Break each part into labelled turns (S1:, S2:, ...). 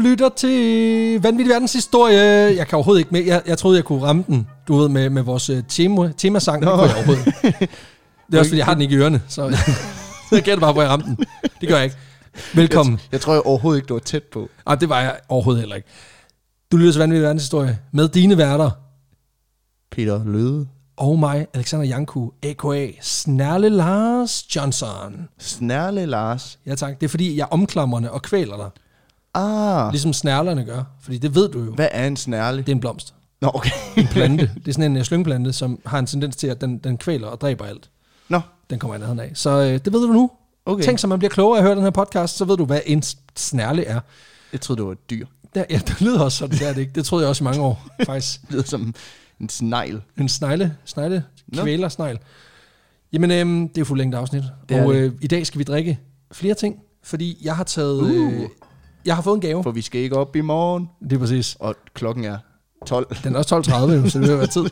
S1: lytter til Vanvittig Verdenshistorie. Jeg kan overhovedet ikke med. Jeg, jeg troede, jeg kunne ramme den, du ved, med, med vores øh, tema, temasang. Det
S2: Nå.
S1: kunne jeg overhovedet ikke. Det er også, fordi jeg har den ikke i ørerne, så så jeg gætter bare, hvor jeg ramte den. Det gør jeg ikke. Velkommen.
S2: Jeg tror jeg overhovedet ikke, du var tæt på.
S1: Ah, det var jeg overhovedet heller ikke. Du lytter til Vanvittig Verdenshistorie med dine værter
S2: Peter Løde.
S1: og mig, Alexander Janku, a.k.a. Snærle Lars Johnson.
S2: Snærle Lars.
S1: Ja tak, det er fordi, jeg omklamrende og kvæler dig,
S2: Ah,
S1: ligesom snærlerne gør. Fordi det ved du jo,
S2: hvad er en snærle?
S1: det er en blomst.
S2: Nå, okay.
S1: en plante. Det er sådan en øh, slyngplante, som har en tendens til, at den, den kvæler og dræber alt.
S2: Nå,
S1: Den kommer i nærheden af. Så øh, det ved du nu.
S2: okay.
S1: Tænk, så man bliver klogere af at høre den her podcast, så ved du, hvad en s- snærle er.
S2: Jeg troede, det var et dyr.
S1: Der, ja, det lyder også sådan, det er det ikke. Det troede jeg også i mange år, faktisk.
S2: Det lyder som en snegl.
S1: En snegle, snegle,
S2: Nå.
S1: kvæler, snegl. Jamen, øhm, det er fuldt længde afsnit.
S2: Det er
S1: og
S2: det.
S1: øh, i dag skal vi drikke flere ting, fordi jeg har taget... Øh,
S2: Uh.
S1: jeg har fået en gave.
S2: For vi skal ikke op i morgen.
S1: Det er præcis.
S2: Og klokken er 12.
S1: Den er også 12.30, jo, så det vil være tid.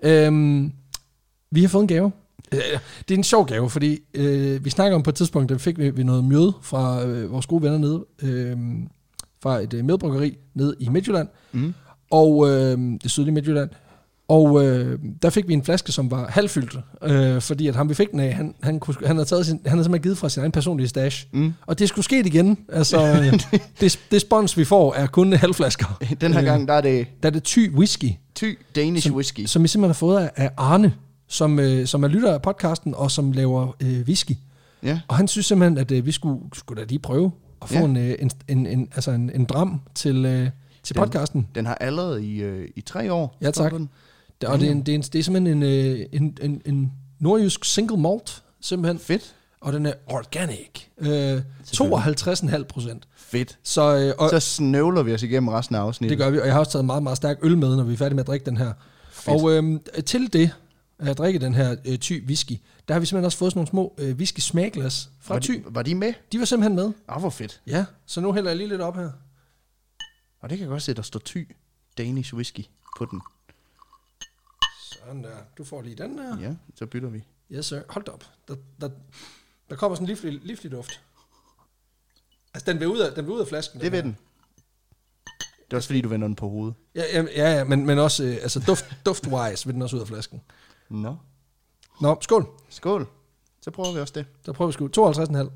S1: Øhm, vi har fået en gave. Øh, Det er en sjov gave, fordi øh, vi snakker om på et tidspunkt, der fik vi, vi noget mjød fra øh, vores gode venner nede, øh, fra et øh, medbryggeri nede i Midtjylland,
S2: Mm.
S1: og øh, det sydlige Midtjylland. Og øh, der fik vi en flaske, som var halvfyldt, øh, fordi at ham vi fik den af, han, han, kunne, han, havde taget sin, han havde simpelthen givet fra sin egen personlige stash.
S2: Mm.
S1: Og det skulle ske igen. Altså, øh, det, det spons, vi får, er kun halvflasker.
S2: Den her
S1: Øh.
S2: gang, der er det
S1: Der er det ty whisky,
S2: ty Danish
S1: Som-
S2: whisky.
S1: som vi simpelthen har fået af- af Arne, som, øh, som er lytter af podcasten, og som laver øh, whisky.
S2: Ja.
S1: Og han synes simpelthen, at øh, vi skulle, skulle da lige prøve at få
S2: Ja.
S1: ja. en, øh, en, en, en, altså en, en dram til, øh, til
S2: Den.
S1: podcasten.
S2: Den har allerede i, øh, i tre år.
S1: Ja,
S2: står
S1: tak.
S2: der den.
S1: Det, og det er, en, det, er en, det er simpelthen en, øh, en, en, en nordjysk single malt, simpelthen.
S2: Fedt.
S1: Og den er organic. Øh, 52,5 procent.
S2: Fedt.
S1: Så, øh, og,
S2: Så snøvler vi os igennem resten af afsnittet.
S1: Det gør vi, og jeg har også taget meget, meget stærk øl med, når vi er færdige med at drikke den her.
S2: Fedt.
S1: Fedt. Og øhm, til det, at drikke den her øh, ty whisky, der har vi simpelthen også fået sådan nogle små øh, whisky smagglas fra
S2: var,
S1: ty.
S2: de, var de med?
S1: De var simpelthen med.
S2: Ah, hvor fedt.
S1: Ja, så nu hælder jeg lige lidt op her.
S2: Og det kan jeg godt se, der står ty Danish whisky på den.
S1: Sådan der. Du får lige den der.
S2: Ja, så bytter vi.
S1: Yes, sir. Hold da op. Der, der, der kommer sådan en livlig, livlig duft. Altså, den vil ud af, den vil ud af flasken.
S2: Det ved
S1: her.
S2: den. Det er også fordi, du vender den på hovedet.
S1: Ja, ja, ja, ja men, men også øh, altså duft, duft-wise vil den også ud af flasken.
S2: Nå.
S1: Nå, skål.
S2: Skål. Så prøver vi også det.
S1: Så prøver vi sgu. 52,5.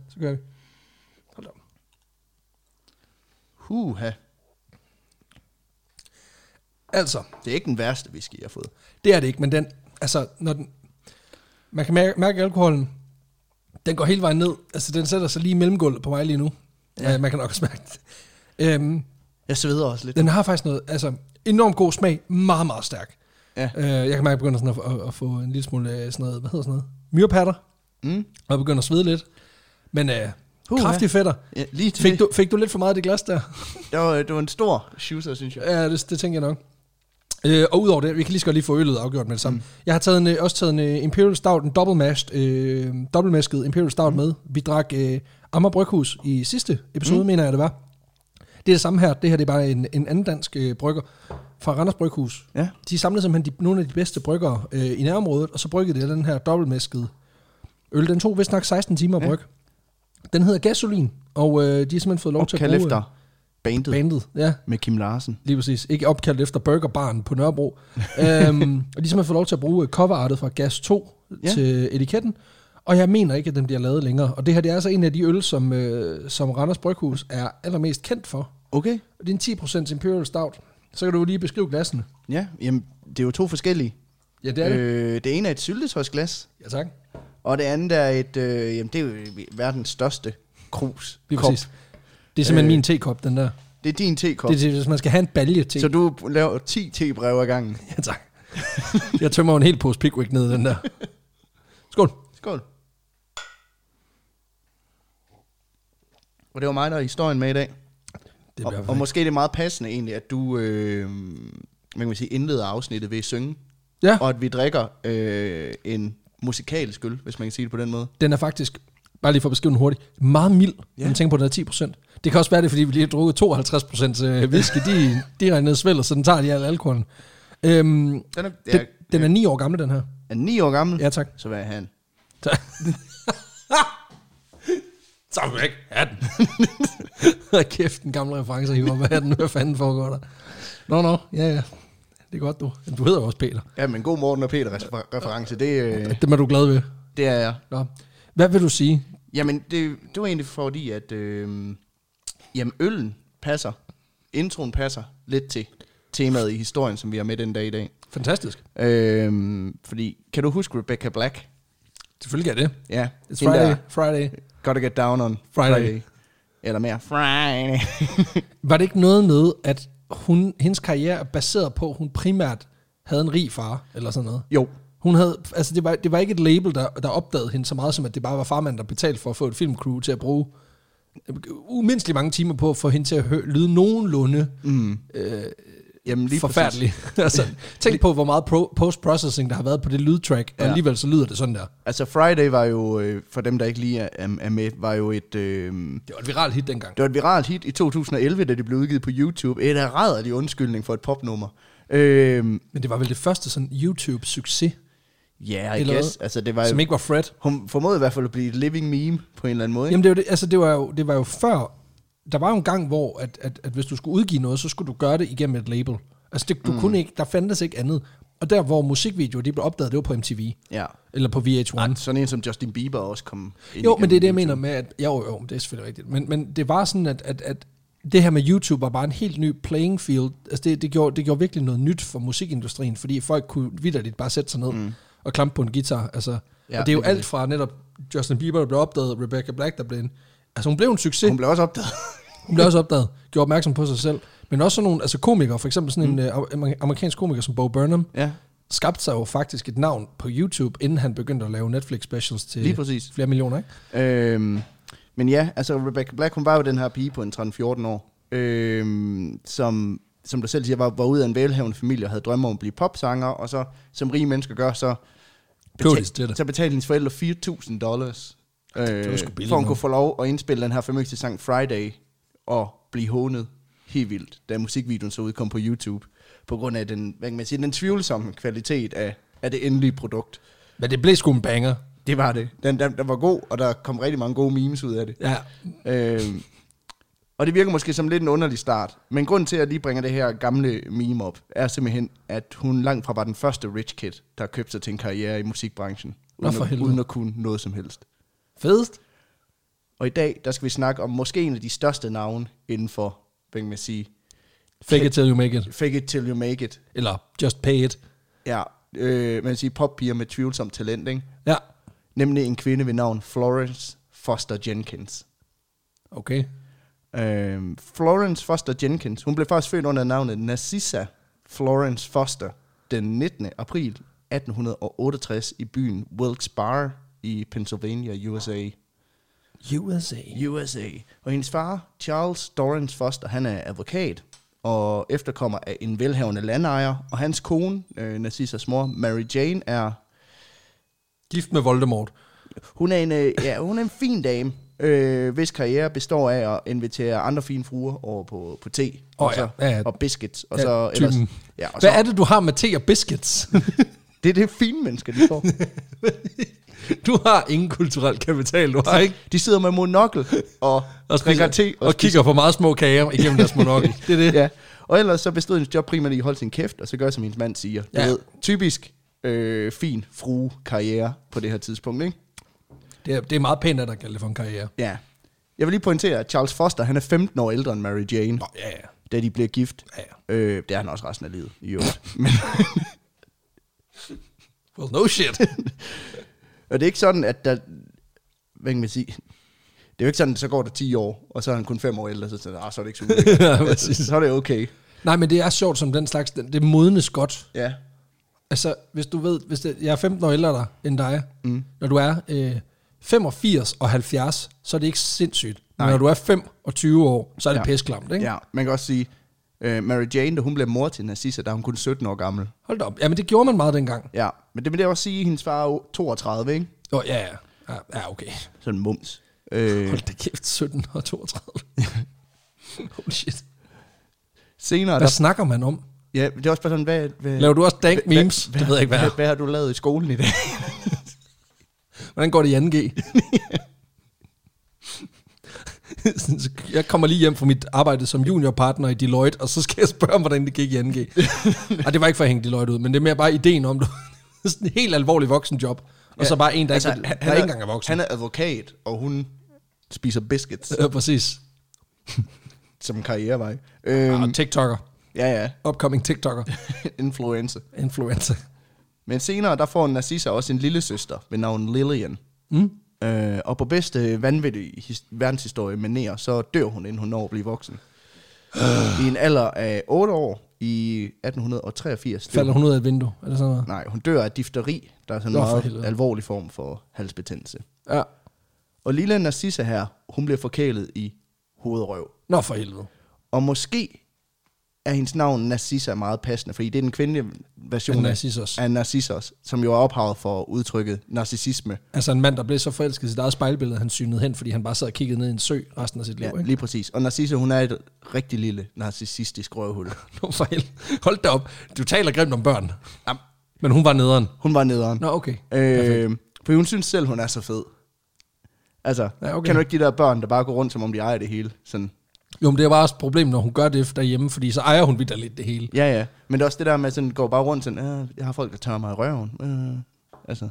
S1: Så gør vi. Hold da op.
S2: Huha.
S1: Altså,
S2: Det er ikke den værste whisky, jeg har fået.
S1: Det er det ikke, men den, altså, når den, man kan mærke, mærke alkoholen, den går hele vejen ned. Altså, den sætter sig lige i mellemgulvet på mig lige nu. Ja. Man kan nok også mærke det. Øhm,
S2: Jeg sveder også lidt.
S1: den har faktisk noget, altså, enormt god smag, meget, meget stærk.
S2: Ja.
S1: Øh, jeg kan mærke, at jeg begynder sådan at, at, at få en lille smule øh, sådan noget, hvad hedder sådan noget, myrepatter,
S2: Mm.
S1: og jeg begynder at svede lidt. Men øh,
S2: Uha.
S1: kraftige fætter.
S2: Ja, lige til
S1: Fik
S2: det.
S1: du, fik du lidt for meget af det glas der?
S2: Det, var, det var en stor schusser, synes jeg.
S1: Ja, det, det tænker jeg nok. Øh, og udover det, vi kan lige så godt lige få øllet afgjort med det samme. Mm. Jeg har taget en, øh, også taget en øh, Imperial Stout, en dobbeltmasket øh, dobbeltmasket Imperial Stout mm. med. Vi drak øh, Amager Bryghus i sidste episode, mm. mener jeg det var. Det er det samme her. Det her det er bare en, en anden dansk øh, brygger fra Randers Bryghus.
S2: Ja.
S1: De samlede simpelthen de, nogle af de bedste bryggere øh, i nærområdet, og så bryggede de den her dobbeltmaskede øl. Den tog vist nok 16 timer at
S2: Ja.
S1: brygge. Den hedder Gasolin, og øh, de har simpelthen fået lov
S2: Og
S1: til at
S2: kald
S1: bruge
S2: efter
S1: øh,
S2: bandet
S1: bandet. Ja,
S2: med Kim Larsen.
S1: Lige præcis. Ikke opkaldt efter burgerbaren på Nørrebro. øhm, og de har fået lov til at bruge øh, coverartet fra Gas 2
S2: Ja.
S1: ja. til etiketten. Og jeg mener ikke, at den bliver lavet længere. Og det her det er altså en af de øl, som, øh, som Randers Bryghus er allermest kendt for.
S2: Okay.
S1: Og det er en 10% Imperial Stout. Så kan du jo lige beskrive glassene.
S2: Ja, jamen, det er jo to forskellige.
S1: Ja, det er øh. det.
S2: Øh, det ene er et syltetøjsglas,
S1: Ja, tak.
S2: og det andet er et, øh, jamen, det er jo verdens største krus.
S1: Lige
S2: kop.
S1: præcis. Det er simpelthen
S2: Øh,
S1: øh. min tekop, den der.
S2: Det er din tekop.
S1: Det er, til, hvis man skal have en balje te.
S2: Så du laver 10 tebreve ad gangen.
S1: Ja, tak. jeg tømmer jo en hel pose Pickwick ned, i den der. Skål.
S2: Skål. Og det var mig, der er historien med i dag.
S1: Det
S2: og,
S1: bliver
S2: og måske det er meget passende egentlig, at du øh, hvad kan man sige, indleder afsnittet ved at synge.
S1: ja.
S2: Og at vi drikker øh, en musikalsk øl, hvis man kan sige det på den måde.
S1: den er faktisk, bare lige for at beskrive den hurtigt, meget mild,
S2: Ja.
S1: ja. når man tænker på, at den er 10 Det kan også være det, er, fordi vi lige har drukket 52 procent øh, whisky, de, de regner ned i svældet, så den tager de al alkoholen. Øhm,
S2: Den er, Mm.
S1: den,
S2: den,
S1: den er 9 år gammel, den her.
S2: er 9 år gammel, ja.
S1: Ja, tak.
S2: så vil jeg have en.
S1: Så vil jeg ikke have den. Hold kæft, den gamle reference hiver op af den. Hvad fanden foregår der? Nå, nå, ja, ja. Det er godt, du. Du hedder jo også Peter.
S2: Ja, men god Morten og Peter refer- reference, det, øh,
S1: Det er du glad ved.
S2: det er jeg.
S1: Nå. Hvad vil du sige?
S2: Jamen, det, det var egentlig fordi, at øh, jamen, øllen passer, introen passer lidt til temaet i historien, som vi har med den dag i dag.
S1: Fantastisk.
S2: Øh, fordi, kan du huske Rebecca Black?
S1: Selvfølgelig er det.
S2: Ja,
S1: It's
S2: hende
S1: Friday.
S2: der,
S1: Friday.
S2: Gotta get down on
S1: Friday.
S2: Friday. Eller mere. Friday.
S1: Var det ikke noget med, at hun, hendes karriere er baseret på, at hun primært havde en rig far, eller sådan noget?
S2: jo,
S1: Hun havde, altså det var, det var ikke et label, der, der opdagede hende så meget, som at det bare var farmand, der betalte for at få et filmcrew til at bruge umindeligt mange timer på at få hende til at hø- lyde nogenlunde mm. øh,
S2: jamen lige Præcis.
S1: forfærdelig. altså, tænk på, hvor meget pro- post-processing, der har været på det lydtrack, og
S2: Ja.
S1: alligevel så lyder det sådan der.
S2: Altså Friday var jo, øh, for dem der ikke lige er, er med, var jo et...
S1: Det
S2: Øh,
S1: var et viralt hit dengang.
S2: Det var et viralt hit i 2011, da det blev udgivet på YouTube. Et rædderlig undskyldning for et popnummer. Øhm,
S1: Men det var vel det første sådan YouTube-succes,
S2: Ja, yeah, I
S1: Eller
S2: guess. Altså, det var jo,
S1: som ikke var Fred.
S2: hun formåede i hvert fald at blive et living meme på en eller anden måde. Ikke?
S1: Jamen det, var det, altså, det, var jo, det var jo før, der var jo en gang, hvor at, at, at hvis du skulle udgive noget, så skulle du gøre det igennem et label. Altså det, du mm. kunne ikke, der fandtes ikke andet. Og der hvor musikvideoer de blev opdaget, det var på MTV.
S2: Ja.
S1: Eller på VH1.
S2: Og sådan en som Justin Bieber også kom ind
S1: jo, men det er det, jeg
S2: igennem
S1: mener med, at... Jo, jo, det er selvfølgelig rigtigt. Men, men det var sådan, at, at, at det her med YouTube var bare en helt ny playing field. Altså det, det, gjorde, det gjorde virkelig noget nyt for musikindustrien, fordi folk kunne vidderligt bare sætte sig ned mm. og klampe på en guitar. Altså, ja,
S2: Ja,
S1: og det er jo
S2: det er
S1: alt fra netop Justin Bieber, der blev opdaget, Rebecca Black, der blev en... Altså hun blev en
S2: YouTube.
S1: succes.
S2: Hun blev også opdaget.
S1: Hun blev også opdaget, gjorde opmærksom på sig selv. Men også sådan nogle altså komikere, for eksempel sådan en øh, amer- amerikansk komiker som Bo Burnham,
S2: ja,
S1: skabte sig jo faktisk et navn på YouTube, inden han begyndte at lave Netflix specials til
S2: lige præcis.
S1: flere millioner, ikke?
S2: Øhm, men ja, altså Rebecca Black, hun var jo den her pige på en 13-14 år, øhm, som, som du selv siger, var, var ud af en velhavende familie og havde drømme om at blive popsanger, og så, som rige mennesker gør, så,
S1: Køber de til det.
S2: så betalte hendes forældre 4.000 dollars, øh,
S1: var sgu billigt
S2: for hun
S1: nok.
S2: kunne få lov at indspille den her famøse sang Friday, og blive hånet helt vildt, da musikvideoen så udkom på YouTube, på grund af den, hvad kan man sige, den tvivlsomme kvalitet af, af det endelige produkt.
S1: Men det blev sgu en banger.
S2: Det var det. Den, den, den var god, og der kom rigtig mange gode memes ud af det.
S1: Ja,
S2: Øhm, og det virker måske som lidt en underlig start, men grunden til, at jeg lige bringer det her gamle meme op, er simpelthen, at hun langt fra var den første rich kid, der købte sig til en karriere i musikbranchen,
S1: Nå,
S2: uden,
S1: for
S2: at,
S1: helvede.
S2: uden at kunne noget som helst.
S1: fedest.
S2: Og i dag, der skal vi snakke om måske en af de største navne inden for, hvad kan man sige,
S1: Fake it till you make it.
S2: fake it till you make it.
S1: Eller just pay it.
S2: Ja, øh, man kan sige poppiger med tvivlsomt talent, ikke?
S1: Ja,
S2: Nemlig en kvinde ved navn Florence Foster Jenkins.
S1: okay.
S2: Øhm, Florence Foster Jenkins, hun blev faktisk født under navnet Narcissa Florence Foster den 19. april 1868 i byen Wilkes-Barre i Pennsylvania, USA.
S1: USA.
S2: USA. Og hendes far, Charles Dorrance Foster, han er advokat og efterkommer af en velhavende landejer, og hans kone, øh, Narcissas mor, Mary Jane, er
S1: Gift med Voldemort.
S2: Hun er en, øh, ja, hun er en fin dame, øh, hvis karriere består af at invitere andre fine fruer over på, på te
S1: Åh,
S2: og, så,
S1: ja, ja, ja.
S2: og biscuits. Og
S1: Ja,
S2: så,
S1: typen.
S2: ellers, ja, og
S1: Hvad
S2: så,
S1: er det, du har med te og biscuits?
S2: det er det fine mennesker, de får.
S1: du har ingen kulturel kapital, du har ikke.
S2: De sidder med monokkel og, og drikker te
S1: og, og kigger på meget små kager igennem deres monokkel. det er det.
S2: Ja. Og ellers så bestod hendes job primært i at holde sin kæft, og så gør, som hendes mand siger. Du
S1: Ja.
S2: ja. ved, typisk øh, fin frue-karriere på det her tidspunkt, ikke?
S1: Det er, det er meget pænt, at der kalder det for en karriere.
S2: Ja. Jeg vil lige pointere, at Charles Foster, han er 15 år ældre end Mary Jane,
S1: Nå, ja, ja.
S2: da de bliver gift.
S1: Ja,
S2: Øh, det er han også resten af livet, i øvrigt.
S1: Well, no shit.
S2: Og det er ikke sådan, at der... Hvad kan man sige? Det er jo ikke sådan, at så går der 10 år, og så er han kun 5 år ældre, så, sådan, ah, så er det ikke så ulækkert."
S1: Ja, præcis.
S2: så, så er det okay.
S1: Nej, men det er sjovt som den slags, det, det modnes godt.
S2: Ja.
S1: Altså, hvis du ved, hvis det, jeg er 15 år ældre dig, end dig, mm. når du er øh, 85 og 70, så er det ikke sindssygt. Nej.
S2: Nej.
S1: Men når du er 5 og 20 år, så er det ja.
S2: Ja.
S1: pisklamt, ikke?
S2: ja. Man kan også sige, uh, Mary Jane, da hun blev mor til Narcissa, der er hun kun 17 år gammel.
S1: Hold da op. Jamen, det gjorde man meget dengang.
S2: Ja, men det vil jeg også sige, at hendes far er jo 32, ikke?
S1: Åh, ja, ja. Ja, Ja, okay.
S2: Sådan mums. Øh,
S1: Hold da kæft, 17 og 32. Holy shit.
S2: senere,
S1: Hvad
S2: der,
S1: snakker man om?
S2: ja, det er også bare sådan, hvad, hvad,
S1: Laver du også dank
S2: hvad-
S1: memes? Det ved jeg ikke, hvad
S2: hvad,
S1: er.
S2: hvad har du lavet i skolen i dag?
S1: Hvordan går det i 2G? Sådan, så jeg kommer lige hjem fra mit arbejde som juniorpartner i Deloitte, og så skal jeg spørge om, hvordan det gik i 2G. og det var ikke for at hænge Deloitte ud, men det er mere bare ideen om, du sådan en helt alvorlig voksenjob, og ja, så bare en, der, altså, ikke, han, der ikke engang er voksen.
S2: Han er advokat, og hun spiser biscuits
S1: Øh, præcis.
S2: som karrierevej.
S1: Og
S2: Øhm,
S1: TikToker.
S2: ja, ja.
S1: Upcoming TikToker.
S2: Influencer.
S1: Influencer.
S2: Men senere, der får Narcissa også en lille søster ved navn Lillian.
S1: Mm.
S2: Øh, og på bedste vanvittige his- verdenshistorie manér, så dør hun, inden hun når at blive voksen. I en alder af 8 år i 1883. dør-
S1: Falder hun ud af et vindue, eller sådan noget.
S2: Nej, hun dør af difteri, der er sådan en
S1: Nå, for
S2: meget
S1: helvede.
S2: alvorlig form for halsbetændelse.
S1: Ja.
S2: Og lille Narcissa her, hun bliver forkælet i hovedrøv.
S1: Nå for helvede.
S2: Og måske er hendes navn Narcissa meget passende, fordi det er den kvindelige version
S1: En
S2: af-
S1: narcissus.
S2: af Narcissus, som jo er ophavet for udtrykket narcissisme.
S1: Altså en mand, der blev så forelsket i sit eget spejlbillede, han synede hen, fordi han bare sad og kiggede ned i en sø resten af sit liv.
S2: Ja,
S1: Ja. Ikke?
S2: lige præcis. Og Narcissa, hun er et rigtig lille narcissistisk røvhul.
S1: Nå for helvede. Hold da op. Du taler grimt om børn.
S2: Am.
S1: Men hun var nederen.
S2: Hun var nederen.
S1: Nå, okay.
S2: øh, for hun synes selv, hun er så fed. Altså,
S1: Ja,
S2: ja,
S1: okay.
S2: okay. kan du ikke de der børn, der bare går rundt, som om de ejer det hele? Sådan.
S1: Jo, men det er bare også et problem, når hun gør det derhjemme, fordi så ejer hun vidt lidt det hele.
S2: Ja, ja. Men det er også det der med, sådan går bare rundt sådan, "Ah, jeg har folk, der tør mig i røven. Øh, altså,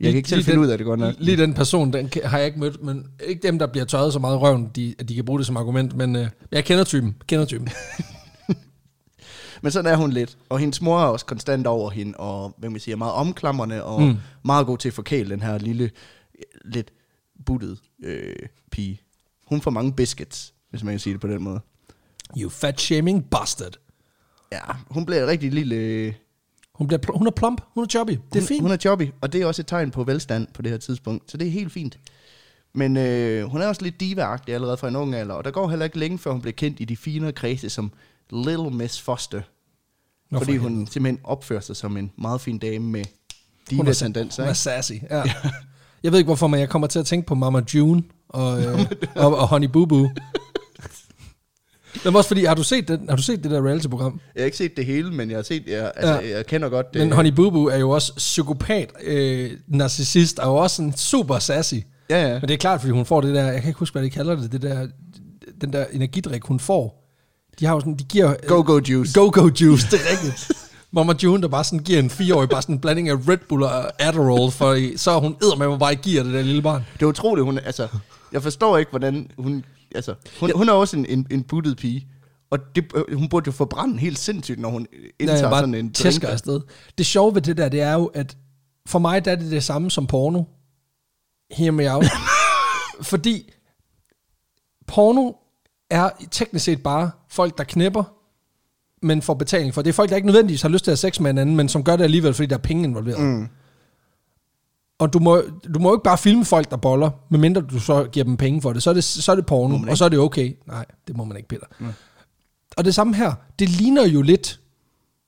S2: jeg kan ikke selv
S1: Lige
S2: finde
S1: den-
S2: ud af det godt nok.
S1: Lige den person, den kan- har jeg ikke mødt, men ikke dem, der bliver tørret så meget i røven, de, at de kan bruge det som argument, men øh, jeg kender typen, kender typen.
S2: Men sådan er hun lidt. Og hendes mor er også konstant over hende, og hvad kan man sige, er meget omklamrende, og
S1: Mm.
S2: mm. meget god til at forkæle den her lille, øh, lidt buttet øh, pige. Hun får mange biscuits, hvis man kan sige det på den måde.
S1: You fat shaming bastard.
S2: Ja, hun bliver rigtig lille... øh,
S1: Hun, bliver pl- hun er plump, hun er chubby, det er
S2: hun,
S1: fint.
S2: Hun er jobby, og det er også et tegn på velstand på det her tidspunkt, så det er helt fint. Men øh, hun er også lidt diva allerede fra en ung alder, og der går heller ikke længe, før hun bliver kendt i de finere kredse som Little Miss Foster.
S1: Nå,
S2: Nå,
S1: for
S2: fordi
S1: helvede.
S2: hun simpelthen opfører sig som en meget fin dame med
S1: Hun er,
S2: diva-tendenser.
S1: hun er
S2: ikke?
S1: sassy, ja. Jeg ved ikke hvorfor, men jeg kommer til at tænke på Mama June og, øh, og, og Honey Boo Boo. Men også fordi, har du set, den, har du set det der reality-program?
S2: Jeg har ikke set det hele, men jeg har set, jeg, altså,
S1: Ja.
S2: ja. jeg kender godt det.
S1: Men Honey Boo Boo er jo også psykopat, øh, narcissist, og jo også en super sassy.
S2: ja, ja.
S1: Men det er klart, fordi hun får det der, jeg kan ikke huske, hvad de kalder det, det der, den der energidrik, hun får. De har jo sådan, de giver... øh,
S2: Go-go juice.
S1: Go-go juice, det er rigtigt. Mama June, der bare sådan giver en fireårig, bare sådan en blanding af Red Bull og Adderall, for i- så er hun eddermame bare giver det der lille barn.
S2: Det er utroligt, hun, altså, jeg forstår ikke, hvordan hun, altså, hun, hun er også en, en, en buttet pige. Og det, øh, hun burde jo forbrænde helt sindssygt, når hun indtager
S1: jeg
S2: ja, sådan en drink.
S1: tæsker afsted. Det sjove ved det der, det er jo, at for mig der er det det samme som porno. Hear me out. Fordi porno er teknisk set bare folk, der knipper, men får betaling for. Det er folk, der ikke nødvendigvis har lyst til at have sex med hinanden, men som gør det alligevel, fordi der er penge involveret. Mm. Og du må, du må jo ikke bare filme folk, der boller, medmindre du så giver dem penge for det. Så er det, så er det porno, og så er det okay. Nej, det må man ikke, Peter. Mm. Og det samme her, det ligner jo lidt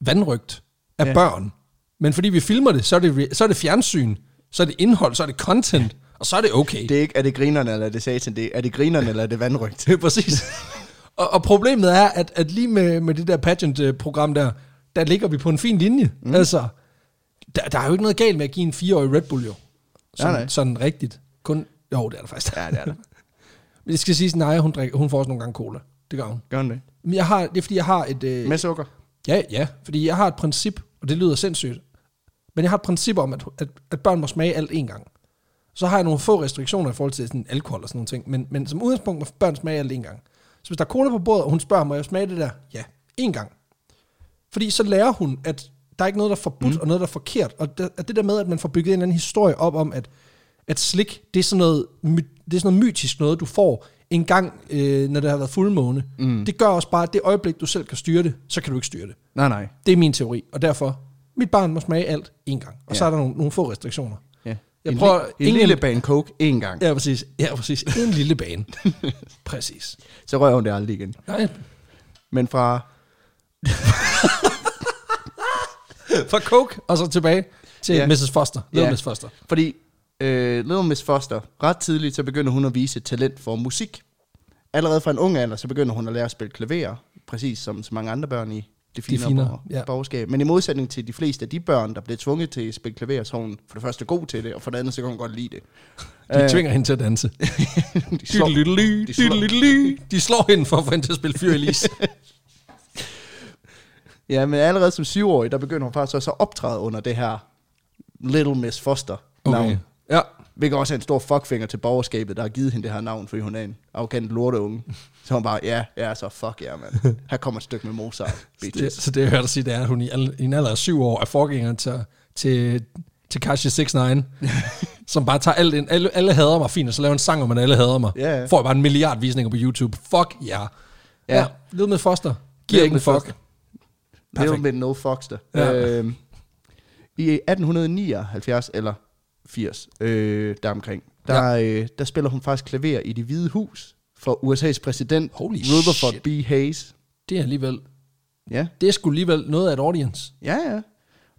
S1: vandrygt af ja.
S2: Ja.
S1: børn. Men fordi vi filmer det så, er det, re- så er det fjernsyn, så er det indhold, så er det content, og så er det okay.
S2: Det er ikke, er det grinerne, eller er det satan, det er, er det grinerne, eller er det vandrygt?
S1: Det er præcis. og, og problemet er, at, at lige med, med det der pageant-program der, der ligger vi på en fin linje. Mm. Altså, der, der er jo ikke noget galt med at give en fireårig Red Bull, jo. Sådan,
S2: Nej, nej.
S1: sådan rigtigt. Kun, jo, det er der faktisk.
S2: Ja, det er det.
S1: Men jeg skal sige, at Naja, hun, drikker, hun får også nogle gange cola. Det gør hun.
S2: Gør hun det?
S1: Men jeg har, det er fordi, jeg har et... Øh,
S2: Med sukker?
S1: Ja, ja, fordi jeg har et princip, og det lyder sindssygt, men jeg har et princip om, at, at, at børn må smage alt én gang. Så har jeg nogle få restriktioner i forhold til sådan alkohol og sådan nogle ting, men, men som udgangspunkt må børn smage alt én gang. Så hvis der er cola på bordet, og hun spørger, må jeg smage det der? Ja, én gang. Fordi så lærer hun, at der er ikke noget, der er forbudt, mm. og noget, der er forkert. Og det, at det der med, at man får bygget en eller anden historie op om, at, at slik, det er, sådan noget, my, det er sådan noget mytisk noget, du får en gang, øh, når det har været fuldmåne. Mm. Det gør også bare, at det øjeblik, du selv kan styre det, så kan du ikke styre det.
S2: Nej, nej.
S1: Det er min teori, og derfor, mit barn må smage alt en gang. Og ja. så
S2: Ja.
S1: er der nogle, nogle få restriktioner.
S2: Ja.
S1: Jeg
S2: en
S1: prøver-
S2: li- en
S1: ingen-
S2: lille bane coke én gang, ja.
S1: Ja, præcis. Ja, præcis. En lille bane. præcis.
S2: så rører hun det aldrig igen.
S1: Nej,
S2: Men fra,
S1: for coke, og så tilbage til ja.
S2: Ja.
S1: Mrs. Foster. Little
S2: Ja.
S1: Mrs. Foster.
S2: fordi øh, Little Miss Foster, ret tidligt, så begynder hun at vise talent for musik. Allerede fra en ung alder, så begynder hun at lære at spille klaver, præcis som så mange andre børn i det finere,
S1: finere,
S2: borger,
S1: ja.
S2: borgerskab. Men i modsætning til de fleste af de børn, der blev tvunget til at spille klaver, så er hun for det første god til det, og for det andet, så kan hun godt lide det.
S1: De tvinger hende til at danse.
S2: Øh. de slår,
S1: Diddle-diddle-ly,
S2: de slår-
S1: diddle-diddle-ly. De slår hende for at få hende til at spille fyr i lis.
S2: Ja, men allerede som syvårig, der begynder hun faktisk også at optræde under det her Little Miss Foster navn. Okay.
S1: Ja.
S2: Hvilket også er en stor fuckfinger til borgerskabet, der har givet hende det her navn, fordi hun er en arrogant lorteunge. Så hun bare, ja, ja, så fuck jer, yeah, mand. Her kommer et stykke med Mozart,
S1: Det,
S2: bitches.
S1: så det, jeg hørte sige, det er, at hun i, al, i en alder af syv år er forgængeren til, til, til Kashi 6 9 som bare tager alt ind. Alle, alle hader mig, fint, og så laver en sang om, at alle hader mig.
S2: Ja, ja.
S1: Får jeg bare en milliard visninger på YouTube. Fuck ja.
S2: Ja.
S1: Lidt med Foster. Giver ikke en
S2: med
S1: fuck.
S2: Foster. Little
S1: Perfekt.
S2: med no fucks der.
S1: Ja.
S2: Ja. Øhm, I 1879 eller 80, øh, der omkring, der, ja. øh, der spiller hun faktisk klaver i det hvide hus for USA's præsident
S1: Holy
S2: Rutherford
S1: shit.
S2: B. Hayes.
S1: Det er alligevel...
S2: Ja.
S1: Det er sgu alligevel noget af et audience.
S2: Ja, ja.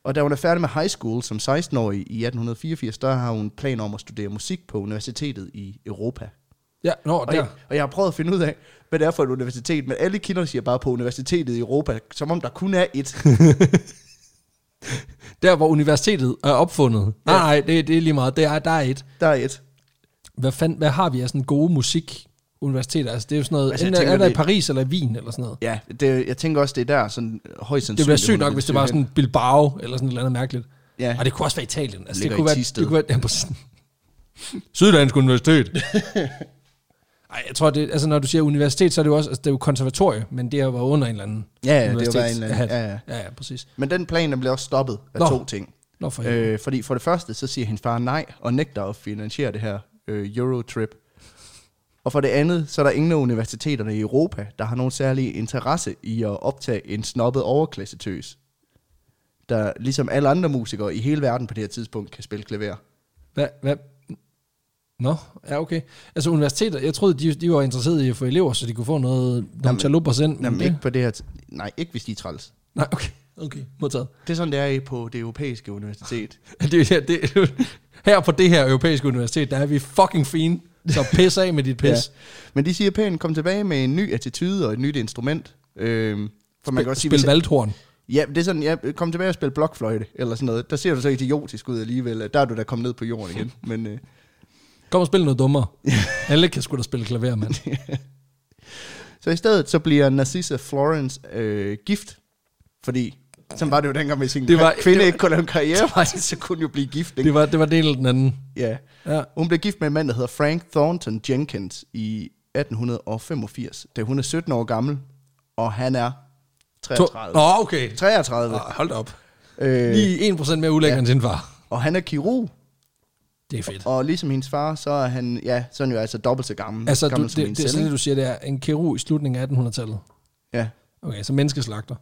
S2: Og da hun er færdig med high school som 16-årig i 1884, der har hun planer om at studere musik på universitetet i Europa.
S1: Ja, nå,
S2: Og,
S1: der.
S2: jeg, og jeg har prøvet at finde ud af, hvad det er for et universitet, men alle kilder siger bare på universitetet i Europa, som om der kun er et.
S1: Der, hvor universitetet er opfundet. Ja. Nej, nej, det, det er lige meget. Det er, der er et.
S2: Der er et.
S1: Hvad, fand, hvad har vi af sådan gode musikuniversiteter? Altså, det er jo sådan noget...
S2: Altså,
S1: Altså,
S2: jeg
S1: enten er-
S2: tænker,
S1: er der i
S2: det-
S1: Paris eller i Wien eller sådan noget.
S2: Ja, det, jeg tænker også, det er der sådan højst sandsynligt.
S1: Det ville være sygt
S2: hun er
S1: nok, hvis det
S2: søge
S1: var
S2: hen.
S1: sådan Bilbao eller sådan et eller andet mærkeligt.
S2: Ja.
S1: Og det kunne også være Italien. Altså, det
S2: Ligger
S1: kunne
S2: i
S1: være,
S2: Thisted.
S1: det kunne være, ja, præcis. Syddansk Universitet. Ej, jeg tror, det, altså, når du siger universitet, så er det jo også, altså, det er jo konservatorium, men det er jo var under en eller anden
S2: Ja, ja, det er jo bare en eller anden-
S1: universitetshat.
S2: ja,
S1: ja, ja, præcis.
S2: Men den plan, den bliver også stoppet af
S1: Nå.
S2: to ting.
S1: Nå, for øh,
S2: Øh, fordi for det første, så siger hendes far nej, og nægter at finansiere det her øh, Eurotrip. Og for det andet, så er der ingen af universiteterne i Europa, der har nogen særlig interesse i at optage en snobbet overklassetøs, der ligesom alle andre musikere i hele verden på det her tidspunkt kan spille klaver.
S1: hvad, hvad? Nå, ja, okay. Altså universiteter, jeg troede, de, de var interesserede i at få elever, så de kunne få noget, nogle
S2: Jamen,
S1: chalupers ind. men
S2: Jamen
S1: det-
S2: ikke på det her... T- nej, ikke hvis de er træls.
S1: Nej, okay. Okay, modtaget.
S2: Det er sådan, det er i på det europæiske universitet.
S1: Det, det, det, her på det her europæiske universitet, der er vi fucking fine. Så pis af med dit pis.
S2: Men de siger pænt, kom tilbage med en ny attitude og et nyt instrument. Øh, for man kan også sige,
S1: Spil valthorn.
S2: Ja, det er sådan, ja, kom tilbage og spil blokfløjte, eller sådan noget. Der ser du så idiotisk ud alligevel. Der er du da kommet ned på jorden igen. Men, øh,
S1: Kom og spil noget dummere. Alle kan sgu da spille klaver, mand.
S2: så i stedet, så bliver Narcissa Florence øh, gift, fordi som var det jo dengang, hvis en
S1: Det
S2: det
S1: var-
S2: var, kvinde
S1: det var-
S2: ikke kunne lave en karrierevej, så kunne hun jo blive gift. Ikke?
S1: Det var, det var del af den anden.
S2: Ja.
S1: Ja.
S2: Hun blev gift med en mand, der hedder Frank Thornton Jenkins i 1885, da hun er 17 år gammel, og han er
S1: To-
S2: 33.
S1: Nå, okay.
S2: 33.
S1: Ah, Hold da op.
S2: Øh,
S1: Lige 1% mere ulækker ja. end sin far.
S2: og han er kirurg.
S1: Det er fedt.
S2: Og ligesom hendes far, så er han, ja, så er han jo altså dobbelt så gammel.
S1: Altså, du,
S2: gammel
S1: det, det, er
S2: selv,
S1: sådan, det,
S2: ikke?
S1: du siger, det er en kirurg i slutningen af 1800-tallet.
S2: Ja.
S1: Okay, så menneskeslagter.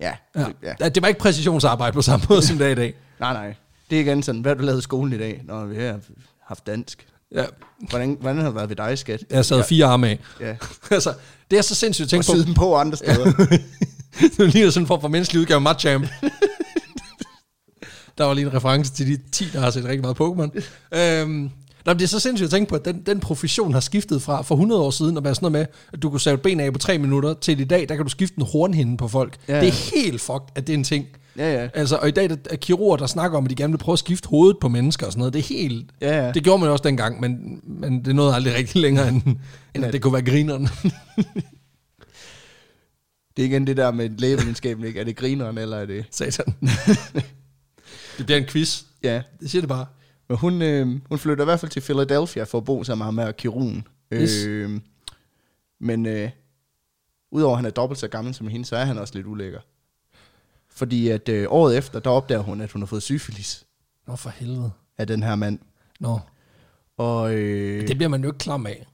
S2: Ja.
S1: Ja.
S2: Det- ja.
S1: ja. Det var ikke præcisionsarbejde på samme måde som det er i dag.
S2: Nej, nej. Det er igen sådan, hvad har du lavet i skolen i dag? Nå, vi har haft dansk.
S1: Ja.
S2: Hvordan, hvordan har det været ved dig, skat?
S1: Jeg sad fire arme af.
S2: Ja.
S1: altså, det er så sindssygt at
S2: Og
S1: tænke på.
S2: siden på andre steder.
S1: det ligner sådan en form for menneskelig udgave af Machamp. der var lige en reference til de 10, der har set rigtig meget Pokémon. Øhm, nej, men det er så sindssygt at tænke på, at den, den profession har skiftet fra for 100 år siden at være sådan noget med, at du kunne save et ben af på 3 minutter, til i dag, der kan du skifte en hornhinde på folk.
S2: Ja,
S1: Ja.
S2: ja.
S1: Det er helt fucked, at det er en ting.
S2: Ja, ja.
S1: Altså, og i dag der er kirurger, der snakker om, at de gerne vil prøve at skifte hovedet på mennesker og sådan noget. Det er helt...
S2: Ja, ja.
S1: Det gjorde man også dengang, men, men det nåede aldrig rigtig længere, end, end at det kunne være grineren.
S2: Det er igen det der med lægevidenskaben, ikke? Er det grineren, eller er det...
S1: Satan. det bliver en quiz.
S2: Ja.
S1: Det siger det bare.
S2: Men hun, øh, hun flytter i hvert fald til Philadelphia for at bo sammen med ham her kirurgen.
S1: Yes.
S2: Øh, men øh, udover at han er dobbelt så gammel som hende, så er han også lidt ulækker. Fordi at øh, året efter, der opdager hun, at hun har fået syfilis
S1: Nå for helvede.
S2: af den her mand.
S1: Nå,
S2: Og øh,
S1: det bliver man jo ikke klam af.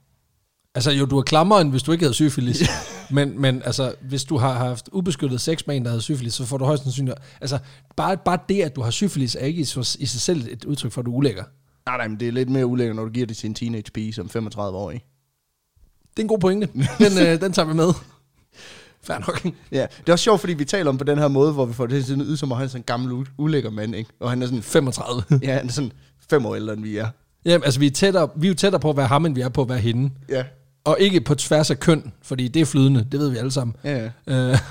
S1: Altså jo, du er klammere, end hvis du ikke havde syfilis. men, men altså, hvis du har haft ubeskyttet sex med en, der havde syfilis, så får du højst sandsynligt... Altså, bare, bare det, at du har syfilis, er ikke i, sig- i sig selv et udtryk for, at du er ulækker.
S2: Nej, nej, men det er lidt mere ulækkert, når du giver det til en teenage pige som 35-årig.
S1: Det er en god pointe. Den, øh, den tager vi med. Fair nok.
S2: Ja, det er også sjovt, fordi vi taler om på den her måde, hvor vi får det til at yde som om, han er sådan en gammel u- ulækker mand, ikke? Og han er sådan,
S1: 35.
S2: ja, han er sådan fem år ældre, end vi er.
S1: Jamen, altså, vi er, tættere, vi er jo tættere på at være ham, end vi er på at være hende.
S2: Ja.
S1: Og ikke på tværs af køn, fordi det er flydende, det ved vi alle sammen.
S2: Ja, ja.
S1: Øh,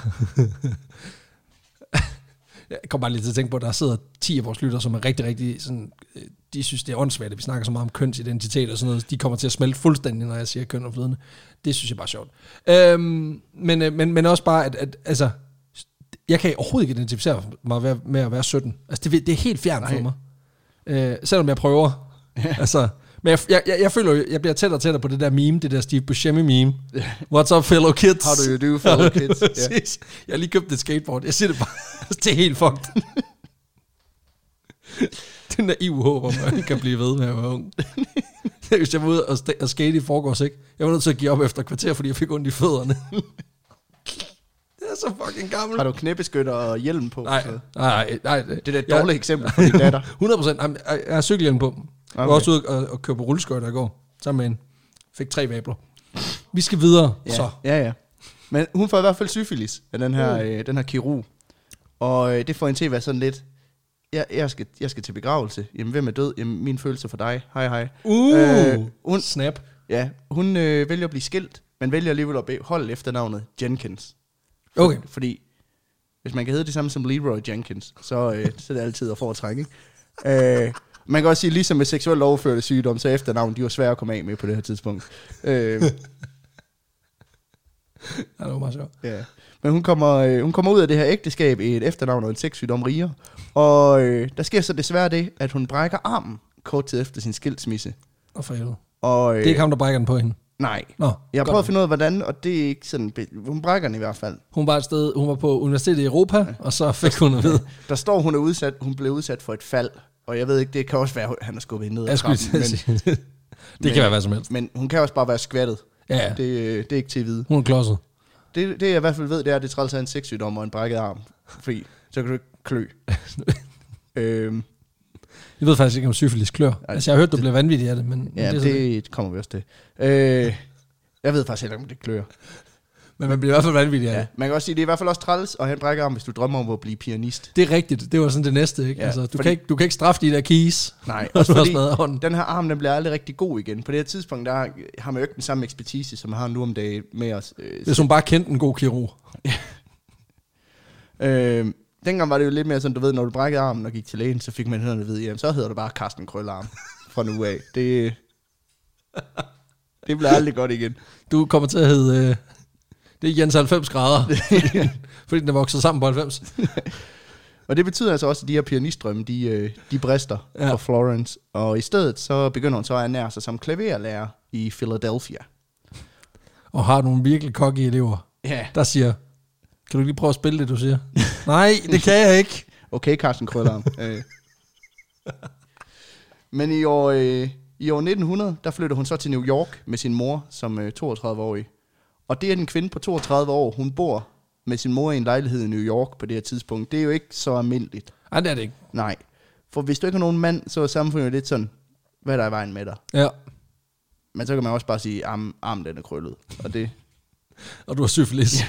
S1: Jeg kom bare lige til at tænke på, at der sidder 10 af vores lytter, som er rigtig, rigtig sådan, øh, de synes, det er åndssvagt, at vi snakker så meget om kønsidentitet og sådan noget. De kommer til at smelte fuldstændig, når jeg siger køn og flydende. Det synes jeg bare er sjovt. Øhm, men, øh, men, men også bare, at, at altså, jeg kan overhovedet ikke identificere mig ved- med at være 17. Altså, det, vil- det er helt fjernt for
S2: Nej.
S1: mig. Øh, selvom jeg prøver. altså, men jeg, jeg, jeg, jeg føler, jo, jeg bliver tættere og tættere på det der meme, det der Steve Buscemi-meme. What's up, fellow kids?
S2: How do you do, fellow kids? Ja.
S1: Præcis. Jeg har lige købt et skateboard. Jeg siger det bare. det er helt fucked. Den der iv håb om, at jeg kan blive ved med at være ung. Hvis jeg var ude og, sta- og skate i forgårs, ikke? Jeg var nødt til at give op efter et kvarter, fordi jeg fik ondt i fødderne. jeg er så fucking gammel.
S2: Har du knæbeskytter og hjelm på?
S1: Nej,
S2: Så?
S1: nej, nej.
S2: Det er da et dårligt eksempel for din datter.
S1: 100 procent. Jeg jeg har cykelhjelm på. Okay. Jeg var
S2: Okay.
S1: også ude og, og køre på rulleskøjter i går. Sammen med en. Fik tre vabler. Vi skal videre,
S2: Ja,
S1: så. Mm.
S2: ja, ja. Men hun får i hvert fald syfilis af den her, øh, den her kirurg. Og øh, det får hende til at være sådan lidt, jeg, jeg, skal, jeg skal til begravelse. Jamen, hvem er død? Jamen, min følelse for dig. Hej, hej.
S1: Uh,
S2: Øh, hun-
S1: snap.
S2: Ja, hun øh, vælger at blive skilt, men vælger alligevel at beholde efternavnet Jenkins.
S1: Okay.
S2: Fordi hvis man kan hedde det samme som Leroy Jenkins, så, øh, så er det altid at foretrække. ikke? Øh, man kan også sige, ligesom med seksuelt overførte sygdom, så er efternavn, de var svære at komme af med på det her tidspunkt. Øh,
S1: Ja, det var meget sjovt.
S2: ja. Men hun kommer, øh, hun kommer ud af det her ægteskab i et efternavn og en sexsygdom riger. Og øh, der sker så desværre det, at hun brækker armen kort tid efter sin skilsmisse.
S1: Og for helvede.
S2: Og, øh,
S1: Det er ikke ham, der brækker den på hende.
S2: Nej.
S1: Nå,
S2: Jeg har
S1: godt.
S2: prøvet at finde ud af, hvordan, og det er ikke sådan... be- Hun brækker den i hvert fald.
S1: Hun var et sted, hun var på universitetet i Europa, og så fik hun at vide.
S2: Der står, hun er udsat, hun blev udsat for et fald. Og jeg ved ikke, det kan også være, at han har skubbet hende ned ad
S1: Jeg skulle
S2: trappen.
S1: til at
S2: Men,
S1: sige. Det kan
S2: men-
S1: være hvad som helst.
S2: men hun kan også bare være skvattet.
S1: Ja, ja.
S2: Det, øh, det er ikke til at vide.
S1: Hun er klodset.
S2: Det, det jeg i hvert fald ved, det er, at det træls er en sexsygdom og en brækket arm. Fordi så kan du ikke klø. øhm,
S1: Jeg ved faktisk ikke, om syfilis klør. Altså, jeg har hørt, du bliver vanvittig af det, men,
S2: ja,
S1: men,
S2: det,
S1: det, det,
S2: det kommer vi også til. Øh, jeg ved faktisk heller ikke, om det klør.
S1: men man bliver i hvert fald vanvittig af
S2: Ja.
S1: det.
S2: Man kan også sige, det er i hvert fald også træls at have en brækket arm, hvis du drømmer om at blive pianist.
S1: Det er rigtigt. Det var sådan det næste, ikke?
S2: Ja,
S1: altså, du,
S2: fordi-
S1: kan ikke, du kan ikke straffe de der keys.
S2: Nej,
S1: også
S2: også
S1: fordi...
S2: fordi-
S1: Smadret hånden.
S2: Den her arm, den bliver aldrig rigtig god igen. På det her tidspunkt, der har man jo ikke den samme ekspertise, som man har nu om dagen med os. Øh,
S1: Hvis hun bare kendte en god kirurg.
S2: Øh, dengang var det jo lidt mere sådan, du ved, når du brækkede armen og gik til lægen, så fik man hænderne at vide, jamen så hedder du bare Carsten Krøllarm fra nu af. Det, det bliver aldrig godt igen.
S1: Du kommer til at hedde... Øh, det er Jens 90 grader, fordi, fordi den er vokset sammen på 90.
S2: Og det betyder altså også, at de her pianistdrømme, de, øh, de brister
S1: Ja.
S2: ja. for Florence. Og i stedet, så begynder hun så at ernære sig som klaverlærer i Philadelphia.
S1: Og har nogle virkelig kokke elever,
S2: Ja.
S1: der siger... Kan du lige prøve at spille det, du siger? Nej, det kan jeg ikke.
S2: Okay, Carsten Krøllarm. øh. Men i år, øh, i år 1900, der flytter hun så til New York med sin mor som øh, 32-årig. Og det er en kvinde på 32 år, hun bor med sin mor i en lejlighed i New York på det her tidspunkt. Det er jo ikke så almindeligt.
S1: Nej, det er det ikke.
S2: Nej. For hvis du ikke har nogen mand, så er samfundet jo lidt sådan, hvad er der er i vejen med dig.
S1: Ja,
S2: Men så kan man også bare sige, arm, arm den er krøllet. Og det.
S1: og du har syfilis. Ja.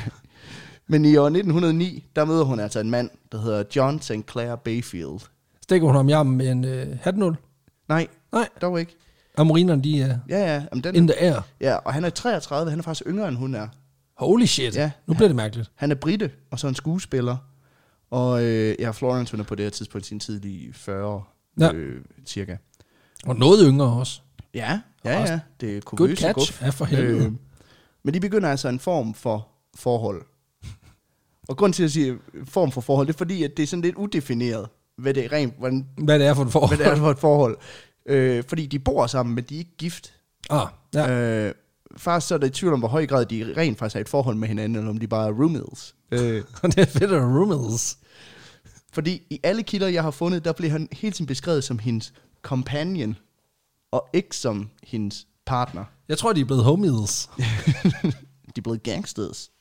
S2: Men i år 1909, der møder hun altså en mand, der hedder John St. Clair Bayfield.
S1: Stikker hun om jammen med en øh, hatnål?
S2: Nej,
S1: Nej.
S2: dog ikke.
S1: Amorinerne, de er
S2: Ja, ja. Jamen, den,
S1: in the air.
S2: Ja, og han er 33, han er faktisk yngre end hun er.
S1: Holy shit.
S2: Ja.
S1: Nu bliver det mærkeligt.
S2: Han er brite, og så en skuespiller. Og øh, ja, Florence, hun er på det her tidspunkt i sin tidlige 40
S1: Ja.
S2: ja. øh, cirka.
S1: Og noget yngre også.
S2: Ja, ja,
S1: Også-
S2: ja. Det er
S1: Good
S2: kuvøse
S1: catch.
S2: guf. Øh,
S1: Ja, for helvede.
S2: men de begynder altså en form for forhold. Og grund til at sige øh, form for forhold, det er fordi, at det er sådan lidt udefineret, hvad det er rent, hvordan,
S1: Hvad det er for en form.
S2: hvad det er for et forhold. Øh, fordi de bor sammen, men de er ikke gift.
S1: Ah, ja.
S2: Ja. Øh, faktisk så er der i tvivl om, hvor høj grad de rent faktisk er i et forhold med hinanden, eller om de bare er roommates. Øh.
S1: Og det er fedt at roommates.
S2: Fordi i alle kilder, jeg har fundet, der bliver han hele tiden beskrevet som hendes companion, og ikke som hendes partner.
S1: Jeg tror, de er blevet homies.
S2: De er blevet gangsters.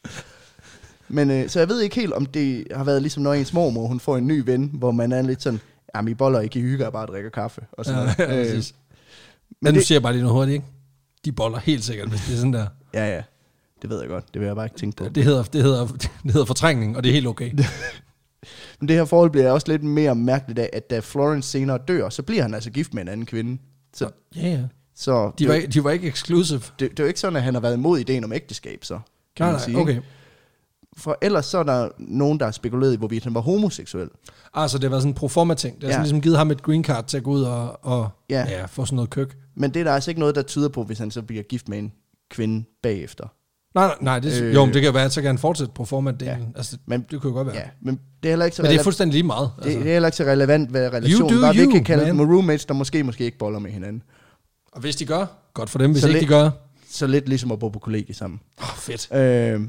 S2: Men øh, så jeg ved ikke helt, om det har været ligesom, når ens mormor hun får en ny ven, hvor man er lidt sådan, jamen I boller ikke, I hygger og bare drikker kaffe. Og sådan
S1: Ja,
S2: noget.
S1: præcis. Men,
S2: øh, men
S1: nu
S2: det-
S1: siger jeg bare lige noget hurtigt, ikke? De boller helt sikkert, hvis det er sådan der.
S2: ja, ja. Det ved jeg godt. Det vil jeg bare ikke tænke på.
S1: Det hedder, det hedder, det hedder fortrængning, og det er helt okay.
S2: Men det her forhold bliver også lidt mere mærkeligt af, at da Florence senere dør, så bliver han altså gift med en anden kvinde. Så,
S1: Ja, ja.
S2: så
S1: De
S2: det,
S1: var,
S2: var,
S1: ikke- de var ikke exclusive.
S2: det, det er jo ikke sådan, at han har været imod ideen om ægteskab, så, kan
S1: nej,
S2: man
S1: nej,
S2: sige. ikke?
S1: okay.
S2: For ellers så er der nogen, der har spekuleret i, hvorvidt han var homoseksuel.
S1: Altså, det har været sådan en proforma-ting. Det har ja.
S2: Ja.
S1: sådan ligesom givet ham et green card til at gå ud og, og ja.
S2: Ja.
S1: Ja, få sådan noget køk.
S2: Men det er der altså ikke noget, der tyder på, hvis han så bliver gift med en kvinde bagefter.
S1: Nej, nej, nej det, øh,
S2: Øh.
S1: jo, men det kan jo være, at så kan han fortsætte proforma-delen. Ja.
S2: Ja.
S1: Altså, men,
S2: Men-
S1: det kunne jo godt være. Ja.
S2: Ja, men det er heller ikke så
S1: Men det er
S2: relevant.
S1: fuldstændig lige meget. Altså.
S2: det, det er heller ikke så relevant, hvad relationen
S1: do
S2: var. Vi
S1: you,
S2: kan kalde
S1: man.
S2: dem roommates, der måske måske ikke boller med hinanden.
S1: Og hvis de gør, godt for dem. Hvis
S2: Så
S1: ikke
S2: lidt-
S1: de gør,
S2: Så lidt ligesom at bo på kollegie sammen.
S1: oh, fedt.
S2: Øh,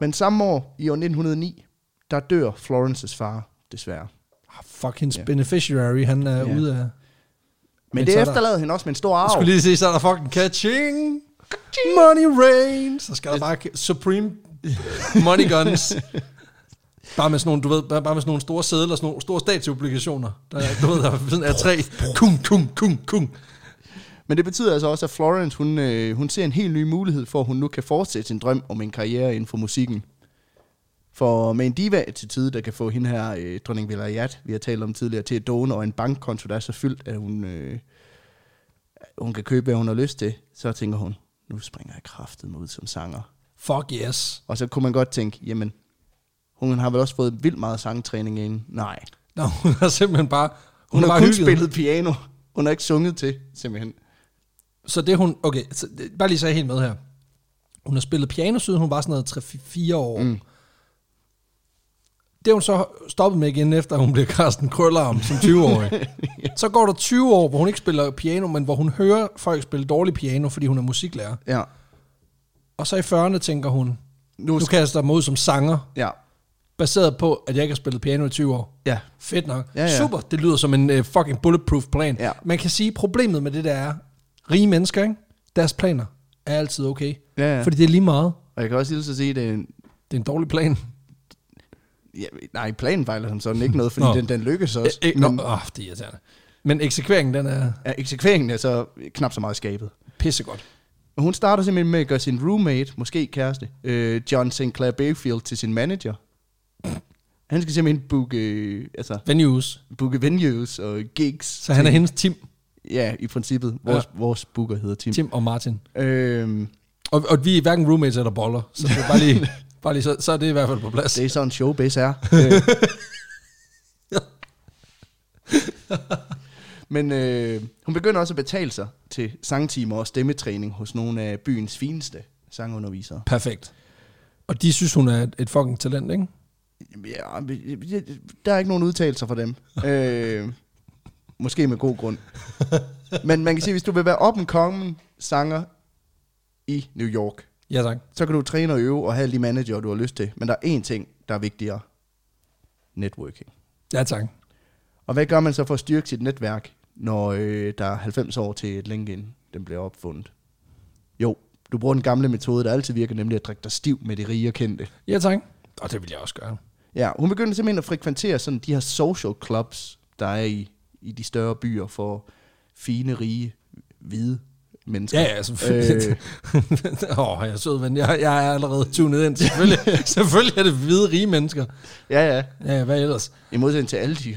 S2: men samme år, i år 1909, der dør Florences far, desværre.
S1: Oh, fuck, hendes
S2: Ja.
S1: beneficiary, han er
S2: Ja.
S1: ude af...
S2: Men,
S1: Men
S2: men det
S1: så er der-
S2: efterlader hende også med en stor
S1: Jeg
S2: arv.
S1: skulle lige se, så er der fucking catching. Money rain. Så skal der bare ka- Supreme Money Guns. Bare med sådan nogle, du ved, bare bare med sådan nogle store sædler, sådan nogle store statsobligationer, der du ved, der er sådan af tre. Kum, kum, kum, kum.
S2: Men det betyder altså også, at Florence, hun, øh, hun ser en helt ny mulighed for, at hun nu kan fortsætte sin drøm om en karriere inden for musikken. For med en diva til tid, der kan få hende her, øh, dronning Vilayat, vi har talt om tidligere, til at done, og en bankkonto, der er så fyldt, at hun, øh, hun kan købe, hvad hun har lyst til, så tænker hun, nu springer jeg kraftet ud som sanger.
S1: Fuck yes.
S2: Og så kunne man godt tænke, jamen, hun har vel også fået vildt meget sangtræning inden. Nej.
S1: Nå, hun har simpelthen bare...
S2: Hun, hun
S1: bare
S2: har kun
S1: hygget.
S2: spillet piano. Hun har ikke sunget til, simpelthen.
S1: Så det hun... Okay, så det, bare lige så jeg er helt med her. Hun har spillet piano, siden hun var sådan noget 3-4 år. Mm. Det er hun så stoppet med igen, efter hun bliver Carsten Krøllarm som 20-årig. Så går der 20 år, hvor hun ikke spiller piano, men hvor hun hører folk spille dårlig piano, fordi hun er musiklærer.
S2: Ja.
S1: Og så i 40'erne tænker hun,
S2: Nu,
S1: nu kaster jeg mig ud som sanger,
S2: Ja.
S1: baseret på, at jeg ikke har spillet piano i 20 år.
S2: Ja.
S1: Fedt nok. Ja,
S2: Ja,
S1: ja.
S2: ja.
S1: Super, det lyder som en uh, fucking bulletproof plan.
S2: Ja.
S1: Man kan sige, at problemet med det der er, rige mennesker, ikke? deres planer er altid okay.
S2: Ja,
S1: Ja.
S2: ja.
S1: Fordi det er lige meget.
S2: Og jeg kan også lige så sige, at det er en,
S1: Det er en dårlig plan.
S2: ja, nej, planen fejler som sådan ikke noget, fordi
S1: Nå.
S2: den, den lykkes også.
S1: Æ, æ,
S2: men
S1: men, Øh, åh, det er irriterende. Men eksekveringen, den er
S2: ja, eksekveringen er så knap så meget skabet.
S1: pissegodt.
S2: Og hun starter simpelthen med at gøre sin roommate, måske kæreste, øh, John Sinclair Bayfield til sin manager. Han skal simpelthen booke, øh, altså,
S1: Venues.
S2: booke venues og gigs.
S1: Så han er hendes Tim,
S2: Ja, i princippet. Vores, ja. vores booker hedder Tim. Tim.
S1: Tim og Martin.
S2: Øhm,
S1: Og, og vi er hverken roommates eller boller. Så det er bare lige, bare lige så, så er det i hvert fald på plads.
S2: det er sådan showbiz er. Øh. Men øh, hun begynder også at betale sig til sangtimer og stemmetræning hos nogle af byens fineste sangundervisere.
S1: Perfekt. Og de synes, hun er et- et fucking talent, ikke?
S2: Ja, men, ja, der er ikke nogen udtalelser fra dem. øh, måske med god grund. Men man kan sige, hvis du vil være up and coming sanger i New York,
S1: Ja, tak.
S2: så kan du træne og øve og have alle de manager, du har lyst til. Men der er én ting, der er vigtigere. Networking.
S1: Ja, tak.
S2: Og hvad gør man så for at styrke sit netværk, når øh, der er 90 år til et LinkedIn, den bliver opfundet? Jo, du bruger den gamle metode, der altid virker, nemlig at drikke dig stiv med de rige og kendte.
S1: Ja, tak. Og det vil jeg også gøre.
S2: Ja, hun begyndte simpelthen at frekventere sådan de her social clubs, der er i, i de større byer for fine, rige, hvide mennesker.
S1: Ja, ja, selvfølgelig. Øh. Åh, jeg er sød, men jeg, jeg er allerede tunet ind. Selvfølgelig, selvfølgelig er det hvide, rige mennesker.
S2: ja, ja.
S1: Ja, hvad ellers?
S2: I modsætning til alle de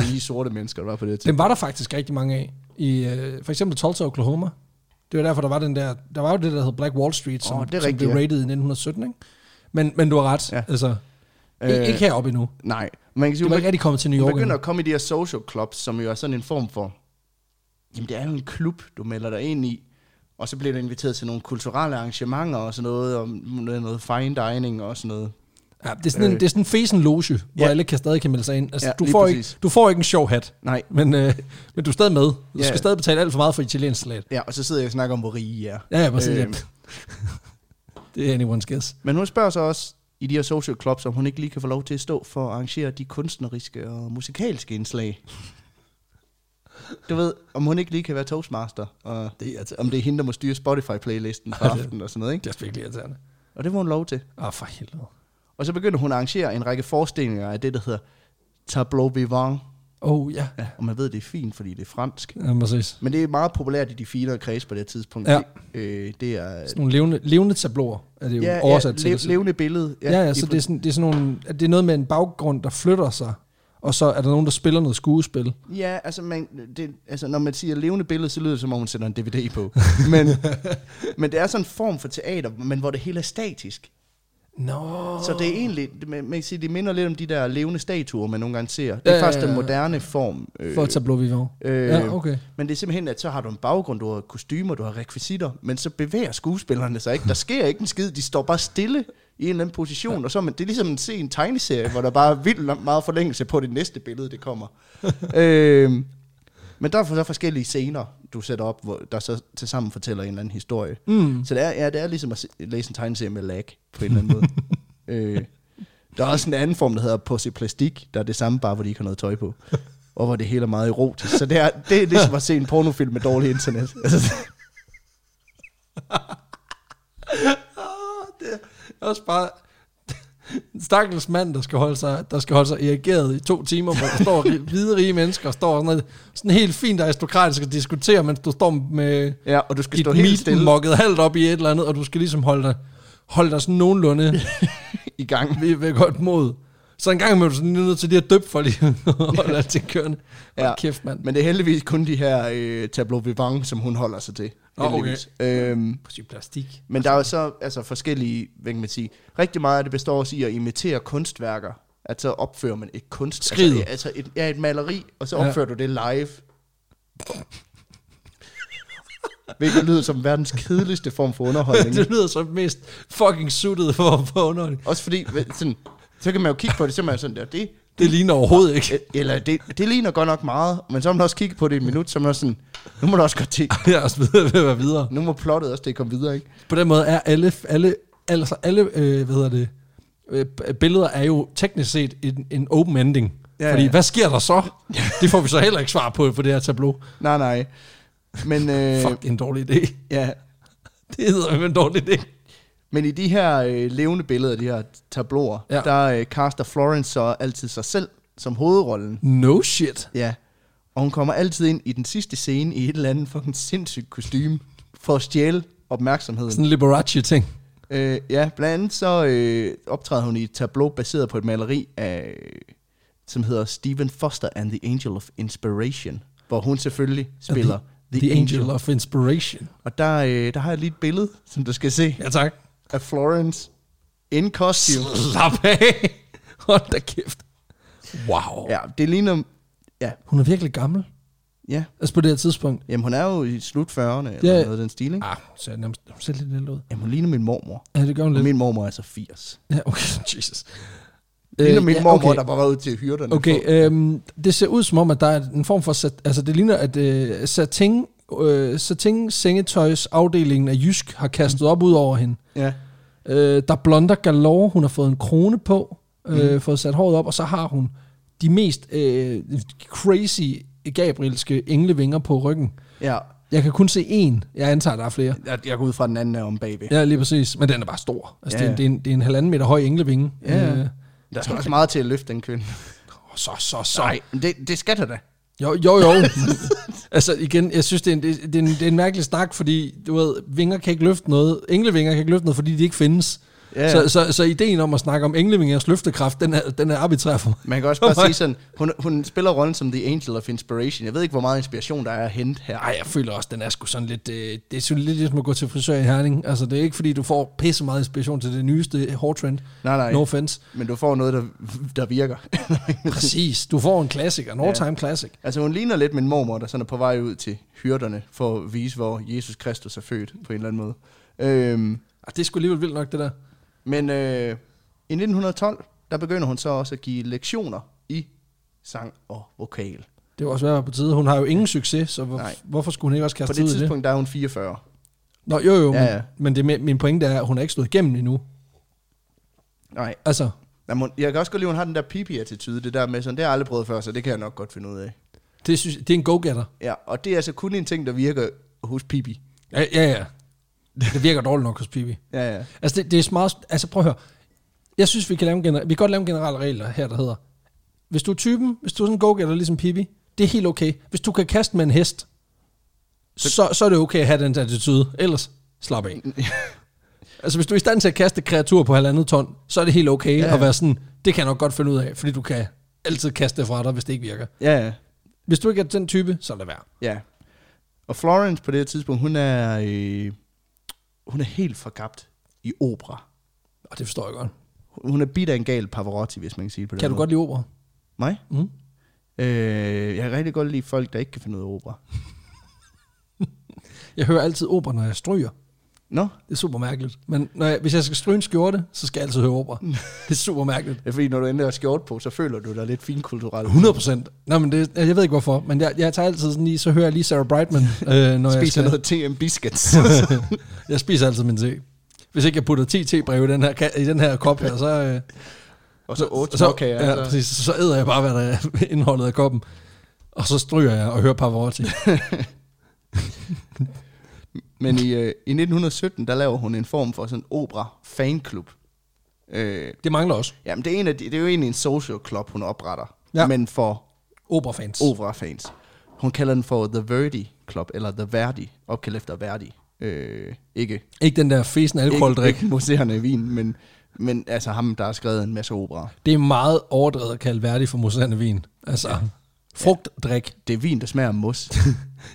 S2: rige, sorte mennesker, der var på det tidspunkt.
S1: Den var der faktisk rigtig mange af. I øh, for eksempel Tulsa, Oklahoma. Det var derfor, der var den der... Der var jo det, der hed Black Wall Street, som,
S2: Åh, det er
S1: som
S2: rigtigt,
S1: blev
S2: ja.
S1: rated i 1917, ikke? Men, men du har ret. Ja.
S2: Ja.
S1: Altså, øh,
S2: Øh,
S1: ikke heroppe endnu.
S2: Nej, man kan sige,
S1: Du
S2: hun,
S1: var ikke rigtig kommet til New
S2: hun
S1: York
S2: begynder
S1: endnu.
S2: at komme i de her social clubs, som jo er sådan en form for... Jamen, det er jo en klub, du melder dig ind i. Og så bliver du inviteret til nogle kulturelle arrangementer og sådan noget, og noget, noget fine dining og sådan noget.
S1: Ja, det, er sådan en,
S2: øh.
S1: det er sådan en fesen loge, hvor
S2: Ja.
S1: alle kan stadig kan melde sig ind. Altså,
S2: Ja,
S1: du,
S2: lige
S1: får ikke,
S2: præcis.
S1: du får ikke en sjov hat,
S2: Nej,
S1: men, øh, men du er stadig med. Du
S2: Ja.
S1: skal stadig betale alt for meget for italiensk salat.
S2: ja, og så sidder jeg og snakker om, hvor rige I er.
S1: Ja, ja, præcis.
S2: Øhm.
S1: Øh. det er anyone's guess.
S2: Men hun spørger så også i de her social clubs, om hun ikke lige kan få lov til at stå for at arrangere de kunstneriske og musikalske indslag. Du ved, om hun ikke lige kan være toastmaster, og
S1: Det er til.
S2: om det er hende, der må styre Spotify-playlisten for
S1: Ja, det-
S2: aftenen og sådan noget, ikke?
S1: Det er virkelig irriterende.
S2: Og det var hun lov til.
S1: Åh, oh, for helvede.
S2: Og så begyndte hun at arrangere en række forestillinger af det, der hedder Tableau Vivant.
S1: Oh, ja.
S2: Ja, og man ved, det er fint, fordi det er fransk.
S1: Ja, præcis.
S2: Men det er meget populært i de finere kreds på det her tidspunkt.
S1: Ja.
S2: Øh, det er...
S1: Sådan nogle levende, levende tabloer er det jo ja, oversat ja,
S2: le-
S1: til.
S2: levende billede.
S1: ja, ja, ja,
S2: i
S1: så det er, sådan, det er sådan nogle, at det er noget med en baggrund, der flytter sig, og så er der nogen, der spiller noget skuespil.
S2: Ja, altså, man, det, altså når man siger levende billede, så lyder det som om, hun sætter en DVD på. men, men det er sådan en form for teater, men hvor det hele er statisk.
S1: Nå.
S2: Så det er egentlig, man man kan sige, det minder lidt om de der levende statuer, man nogle gange ser. Det er
S1: Ja, ja,
S2: faktisk den
S1: ja.
S2: moderne form. Øh,
S1: For at tage Blå Vivant.
S2: øh,
S1: Ja, okay.
S2: Men det er simpelthen, at så har du en baggrund, du har kostymer, du har rekvisitter, men så bevæger skuespillerne sig ikke. Der sker ikke en skid, de står bare stille i en eller anden position, og så er man, det er ligesom at se en tegneserie, hvor der bare er vildt lang- meget forlængelse på det næste billede, det kommer. øh, men der er så forskellige scener, du sætter op, hvor der så til sammen fortæller en eller anden historie.
S1: Mm.
S2: Så det er, ja, det er ligesom at se- læse en tegneserie med lag, på en eller anden måde. øh, der er også en anden form, der hedder Pussy Plastik, der er det samme, bare hvor de ikke har noget tøj på. Og hvor det hele er meget erotisk. Så det er, det er ligesom at se en pornofilm med dårlig internet. Altså,
S1: Også bare... Stakkels mand, der skal holde sig, der skal holde sig erigeret i to timer, hvor der står ri- hvide rige mennesker, og står sådan, noget, sådan helt fint aristokratisk og diskuterer, mens du står med
S2: ja, og du skal
S1: dit
S2: stå helt
S1: meat
S2: stille
S1: mokket halvt op i et eller andet, og du skal ligesom holde dig, holde dig sådan nogenlunde
S2: i gang.
S1: ved, ved godt mod. Så en gang imellem, så er du nødt til lige at døbe for lige at holde alting kørende. Ja.
S2: Ja.
S1: kæft, mand.
S2: Men det er heldigvis kun de her øh, tableau vivant, som hun holder sig til.
S1: Nå, okay.
S2: Heldigvis. Øhm,
S1: På plastik.
S2: men der er jo så altså, forskellige, hvad kan man sige, rigtig meget af det består også i at imitere kunstværker. At så opfører man et kunst...
S1: Skriget.
S2: Altså, altså et, ja, et maleri, og så
S1: Ja.
S2: opfører du det live. Hvilket lyder som verdens kedeligste form for underholdning.
S1: det lyder som mest fucking suttet for, for underholdning.
S2: Også fordi, ved- sådan, så kan man jo kigge på det, så er man jo sådan der, det,
S1: Det ligner overhovedet ikke.
S2: eller det, det ligner godt nok meget, men så har man også kigget på det i et minut, så er man også sådan, nu må du også godt til,
S1: Jeg er også ved at være videre.
S2: nu må plottet også det komme videre, ikke?
S1: På den måde er alle, alle, altså alle øh, hvad hedder det, øh, b- billeder er jo teknisk set en, en open ending.
S2: Ja, ja,
S1: Fordi,
S2: ja.
S1: hvad sker der så? Det får vi så heller ikke svar på på det her tableau.
S2: Nej, nej. Men,
S1: Øh,
S2: øh,
S1: Fuck, det er en dårlig idé.
S2: ja.
S1: Det hedder en dårlig idé.
S2: men i de her øh, levende billeder, de her tabloer,
S1: Ja.
S2: ja. der øh, caster Florence så altid sig selv som hovedrollen.
S1: No shit.
S2: Ja. Og hun kommer altid ind i den sidste scene i et eller andet fucking sindssygt kostume for at stjæle opmærksomheden.
S1: Sådan en Liberace-ting.
S2: Øh, ja, blandt andet så øh, optræder hun i et tableau baseret på et maleri af, som hedder Stephen Foster and the Angel of Inspiration, hvor hun selvfølgelig spiller
S1: The, the Angel. Angel of Inspiration.
S2: Og der, øh, der har jeg lige et billede, som du skal se,
S1: Ja, tak.
S2: af Florence in costume.
S1: Slap af. Hold da kæft. Wow. Ja.
S2: Ja, det ligner... Ja,
S1: Hun er virkelig gammel.
S2: ja.
S1: Altså på det her tidspunkt.
S2: Jamen, hun er jo i slut 40'erne, eller
S1: Ja.
S2: noget af den stil, ikke?
S1: Ah, hun ser nærmest hun ser lidt ældre ud.
S2: Jamen, hun ligner min mormor.
S1: Ja, det gør hun
S2: Og
S1: lidt.
S2: min mormor er altså 80.
S1: Ja, okay, Jesus. Øh,
S2: Det ligner min
S1: ja,
S2: mormor,
S1: okay.
S2: der bare var ude til hyrderne.
S1: Okay,
S2: for-
S1: øhm, det ser ud som om, at der er en form for... Sat, altså, det ligner, at øh, satin, øh, satin sengetøjs afdelingen af Jysk har kastet op ud over hende.
S2: Ja.
S1: Øh, der er blonder galore, hun har fået en krone på, øh,
S2: Mhm.
S1: mm. fået sat håret op, og så har hun de mest øh, crazy gabrielske englevinger på ryggen.
S2: ja.
S1: Jeg kan kun se én. Jeg antager, der er flere.
S2: Jeg, jeg går ud fra, at den anden er om bagved.
S1: Ja, lige præcis. Men den er bare stor. Altså, ja.
S2: Ja,
S1: det, er, det,
S2: ja.
S1: er en, det er en halvanden meter høj englevinge.
S2: Ja.
S1: Øh,
S2: Der skal også meget til at løfte den kvinde.
S1: så, så, så.
S2: Nej, det, det skal der da.
S1: Jo, jo, jo. altså igen, jeg synes, det er, en, det, det, er en, det er en mærkelig snak, fordi du ved, vinger kan ikke løfte noget, englevinger kan ikke løfte noget, fordi de ikke findes.
S2: Ja, ja.
S1: Så, så, så ideen om at snakke om englevingers løftekraft, den er, den er arbitrær for mig.
S2: Man kan også bare sige sådan, hun, hun spiller rollen som The Angel of Inspiration. Jeg ved ikke, hvor meget inspiration der er at hente her.
S1: Ej, jeg føler også, den er sgu sådan lidt, øh, det er sådan lidt ligesom at gå til frisør i Herning. Altså, det er ikke, fordi du får pisse meget inspiration til det nyeste hårtrend.
S2: Nej, nej.
S1: No offense.
S2: Men du får noget, der, der virker.
S1: Præcis. Du får en klassiker, en all-time classic.
S2: altså, hun ligner lidt min mormor, der sådan er på vej ud til hyrderne, for at vise, hvor Jesus Kristus er født, på en eller anden måde. Øhm,
S1: Og det er sgu alligevel vildt nok, det der.
S2: men øh, i 1912, der begynder hun så også at give lektioner i sang og vokal.
S1: Det var også svært på tide. Hun har jo ingen succes, så hvor,
S2: Nej.
S1: hvorfor skulle hun ikke også
S2: På
S1: kaste sig
S2: det
S1: ud i det?
S2: tidspunkt, der er hun 44.
S1: Nå, jo, jo, ja,
S2: Ja,
S1: ja.
S2: ja.
S1: men, men det, med- min pointe er, at hun er ikke stået igennem endnu.
S2: Nej,
S1: Altså,
S2: Jamen, hun- jeg kan også godt lide, at hun har den der pipi-attitude, det der med sådan, det har jeg aldrig prøvet før, så det kan jeg nok godt finde ud af.
S1: det, synes, det er en go-getter.
S2: Ja, og det er altså kun en ting, der virker hos Pibi.
S1: Ja, ja, ja. Det virker dårligt nok hos Pibi.
S2: Ja, ja.
S1: Altså, det, det er smart... Altså, prøv at høre. Jeg synes, vi kan, lave en gener- vi kan godt lave en generel regel her, der hedder, hvis du er typen, hvis du er sådan en go-getter ligesom Pibi, det er helt okay. Hvis du kan kaste med en hest, så, så er det okay at have den attitude. Ellers, slap af. altså, hvis du er i stand til at kaste et kreatur på halvandet ton, så er det helt okay ja.
S2: Ja.
S1: at være sådan, det kan jeg nok godt finde ud af, fordi du kan altid kaste det fra dig, hvis det ikke virker.
S2: Ja, ja.
S1: Hvis du ikke er den type, så lad være.
S2: ja. Og Florence på det her tidspunkt, hun er, øh, hun er helt forgabt i opera.
S1: Og det forstår jeg godt.
S2: Hun er bidt af en gal Pavarotti, hvis man kan sige det på den
S1: Kan du
S2: måde.
S1: godt lide opera?
S2: Mig?
S1: Mm.
S2: Øh, jeg kan rigtig godt lide folk, der ikke kan finde ud af opera.
S1: Jeg hører altid opera, når jeg stryger.
S2: Nå?
S1: Det er super mærkeligt. Men når jeg, hvis jeg skal stryge en skjorte, så skal jeg altid høre opera. Det er super mærkeligt.
S2: Det er fordi, når du endelig har skjort på, så føler du dig lidt finkulturel.
S1: 100 procent. Nej, men det, jeg ved ikke hvorfor, men jeg, jeg tager altid sådan lige, så hører jeg lige Sarah Brightman, øh, når jeg
S2: Spiser
S1: skal.
S2: noget TM Biscuits.
S1: jeg spiser altid min te. Hvis ikke jeg putter 10 tebreve i den her, ka- i den her kop her, så, øh,
S2: og så otte
S1: så,
S2: småkager. altså.
S1: ja, præcis, så æder jeg bare, hvad der er indholdet af koppen. Og så stryger jeg og hører Pavarotti.
S2: Men i, øh, i 1917, der laver hun en form for sådan en opera-fanklub. Øh,
S1: Det mangler også.
S2: jamen, det er, en af de, det er jo egentlig en social club, hun opretter.
S1: Ja.
S2: Ja. Men for
S1: Operafans. Oh.
S2: opera-fans. Hun kalder den for The Verdi Club, eller The Verdi, opkaldt efter Verdi. Øh, ikke
S1: Ikke den der fesen alkoholdrik.
S2: ikke museerne i Wien, men, men altså ham, der har skrevet en masse opera.
S1: Det er meget overdrevet at kalde Verdi for mousserende vin. Altså, frugtdrik.
S2: Det er vin, der smager af mos.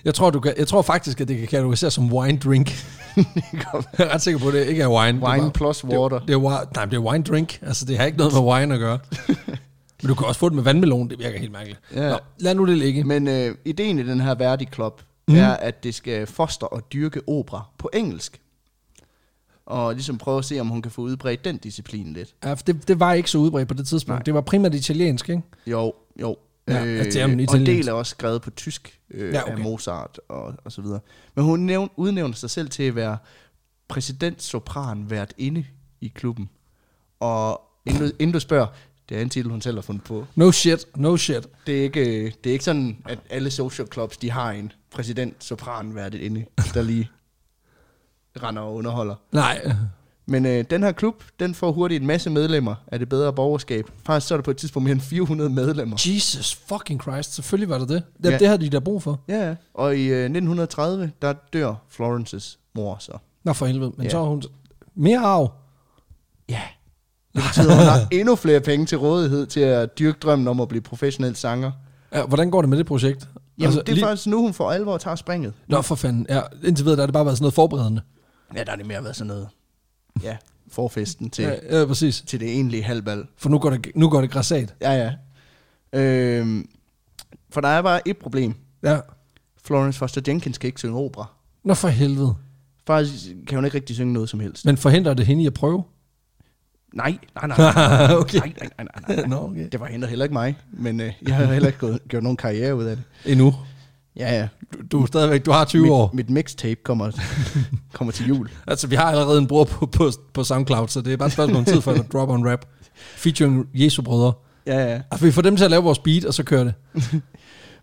S1: Jeg tror, du kan, jeg tror faktisk, at det kan kategoriseres som wine drink. jeg er ret sikker på, at det ikke er wine. det er
S2: Wine
S1: bare-
S2: plus water.
S1: Det, det er, wi- nej, det er wine drink. Altså, det har ikke noget med wine at gøre. Men du kan også få det med vandmelon. Det virker helt mærkeligt.
S2: Ja.
S1: Nå, lad nu det ligge.
S2: Men øh, ideen i den her Verdi Club
S1: Mhm.
S2: mm. er, at det skal foster og dyrke opera på engelsk. Og ligesom prøve at se, om hun kan få udbredt den disciplin lidt.
S1: Ja, for det, det var ikke så udbredt på det tidspunkt. Nej.
S2: Nej.
S1: Det var primært italiensk, ikke?
S2: Jo, jo. Øh,
S1: Ja, altså, det er jo en
S2: og en del
S1: italiensk.
S2: er også skrevet på tysk øh,
S1: Ja,
S2: ja,
S1: okay.
S2: okay. af Mozart og, og så videre. Men hun nævn, udnævner sig selv til at være præsidentsopran vært inde i klubben. Og inden du, inden du spørger, det er en titel, hun selv har fundet på.
S1: No shit, no shit.
S2: Det er ikke, øh, det er ikke sådan, at alle social clubs, de har en præsident sopran værdet inde, der lige render og underholder.
S1: Nej.
S2: Men øh, den her klub, den får hurtigt en masse medlemmer af det bedre borgerskab. Faktisk så er der på et tidspunkt mere end 400 medlemmer.
S1: Jesus fucking Christ. Selvfølgelig var det det. Det, ja.
S2: Ja.
S1: det har de da brug for.
S2: Ja, ja. og i øh, 1930, der dør Florences mor så.
S1: Nå for helvede. Men ja.
S2: Ja.
S1: så er hun... Mere arv.
S2: Ja. Det betyder, at hun har endnu flere penge til rådighed til at dyrke drømmen om at blive professionel sanger.
S1: Ja, hvordan går det med det projekt?
S2: Jamen, altså, det er
S1: lige-
S2: lige... faktisk nu, hun for alvor tager springet.
S1: Nå for fanden. Ja, indtil videre, der har det bare været sådan noget forberedende.
S2: Ja, der er det mere været sådan noget. Ja, forfesten til, ja.
S1: Ja, ja, præcis.
S2: til det egentlige halvbal.
S1: For nu går det, nu går det græssat.
S2: Ja, ja. Øhm, for der er bare et problem.
S1: Ja.
S2: Florence Foster Jenkins kan ikke synge opera.
S1: Nå for helvede.
S2: Faktisk kan hun ikke rigtig synge noget som helst.
S1: Men forhindrer det hende i at prøve?
S2: Nej, nej, nej. nej.
S1: Okay.
S2: Nej, nej, nej, nej, nej.
S1: Nå, okay.
S2: Det var hende heller ikke mig, men øh, jeg har heller ikke gået, gjort nogen karriere ud af det.
S1: Endnu.
S2: Ja, ja.
S1: Du, du er stadigvæk, du har 20 år.
S2: Mit, mit mixtape kommer, kommer til jul.
S1: Altså, vi har allerede en bror på, på, på SoundCloud, så det er bare et spørgsmål om tid, før der dropper en rap. Featuring Jesu brødre.
S2: Ja, ja.
S1: Altså, vi får dem til at lave vores beat, og så kører det.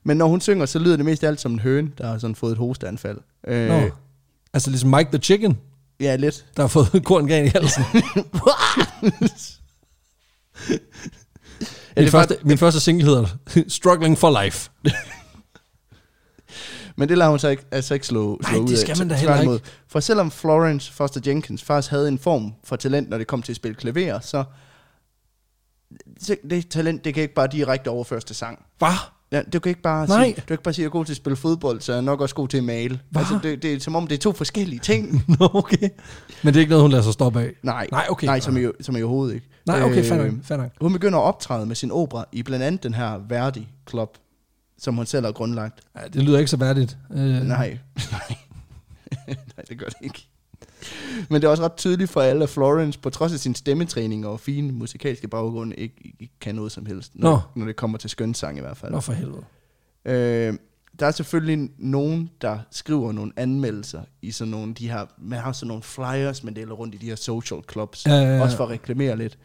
S2: Men når hun synger, så lyder det mest af alt som en høne, der har sådan fået et hosteanfald. Øh,
S1: Nå. Altså, ligesom Mike the Chicken,
S2: Ja, lidt.
S1: der har fået korngan i halsen.
S2: Ja,
S1: Min,
S2: det var,
S1: første, min første single hedder Struggling for Life.
S2: men det lader hun så ikke, altså ikke slå,
S1: Nej,
S2: slå ud
S1: det skal man da heller
S2: tværtimod. For selvom Florence Foster Jenkins faktisk havde en form for talent, når det kom til at spille klaver, så så det talent, det kan ikke bare direkte overføres til sang.
S1: Hvad?
S2: Ja, du kan ikke bare
S1: Nej.
S2: sige, du kan ikke bare sige, at jeg er god til at spille fodbold, så jeg er nok også god til at male.
S1: Hva?
S2: Altså, det, det, er som om, det er to forskellige ting.
S1: Nå, okay. Men det er ikke noget, hun lader sig stoppe af.
S2: Nej,
S1: Nej, okay.
S2: nej Øh, som, i, som i overhovedet ikke. Øhm,
S1: Nej, okay, fair nok, fair nok.
S2: Hun begynder at optræde med sin opera i blandt andet den her Verdi Club, som hun selv har grundlagt.
S1: Ja, det lyder ikke så værdigt. Øh,
S2: Nej, nej. nej, det gør det ikke. Men det er også ret tydeligt for alle, at Florence, på trods af sin stemmetræning og fine musikalske baggrund, ikke, ikke kan noget som helst, når,
S1: Nå.
S2: når det kommer til skønsang i hvert fald.
S1: Nå for helvede.
S2: Øh, der er selvfølgelig nogen, der skriver nogle anmeldelser i sådan nogle, de her, man har sådan nogle flyers, man deler rundt i de her social clubs,
S1: Ja, ja, ja.
S2: også for at reklamere lidt.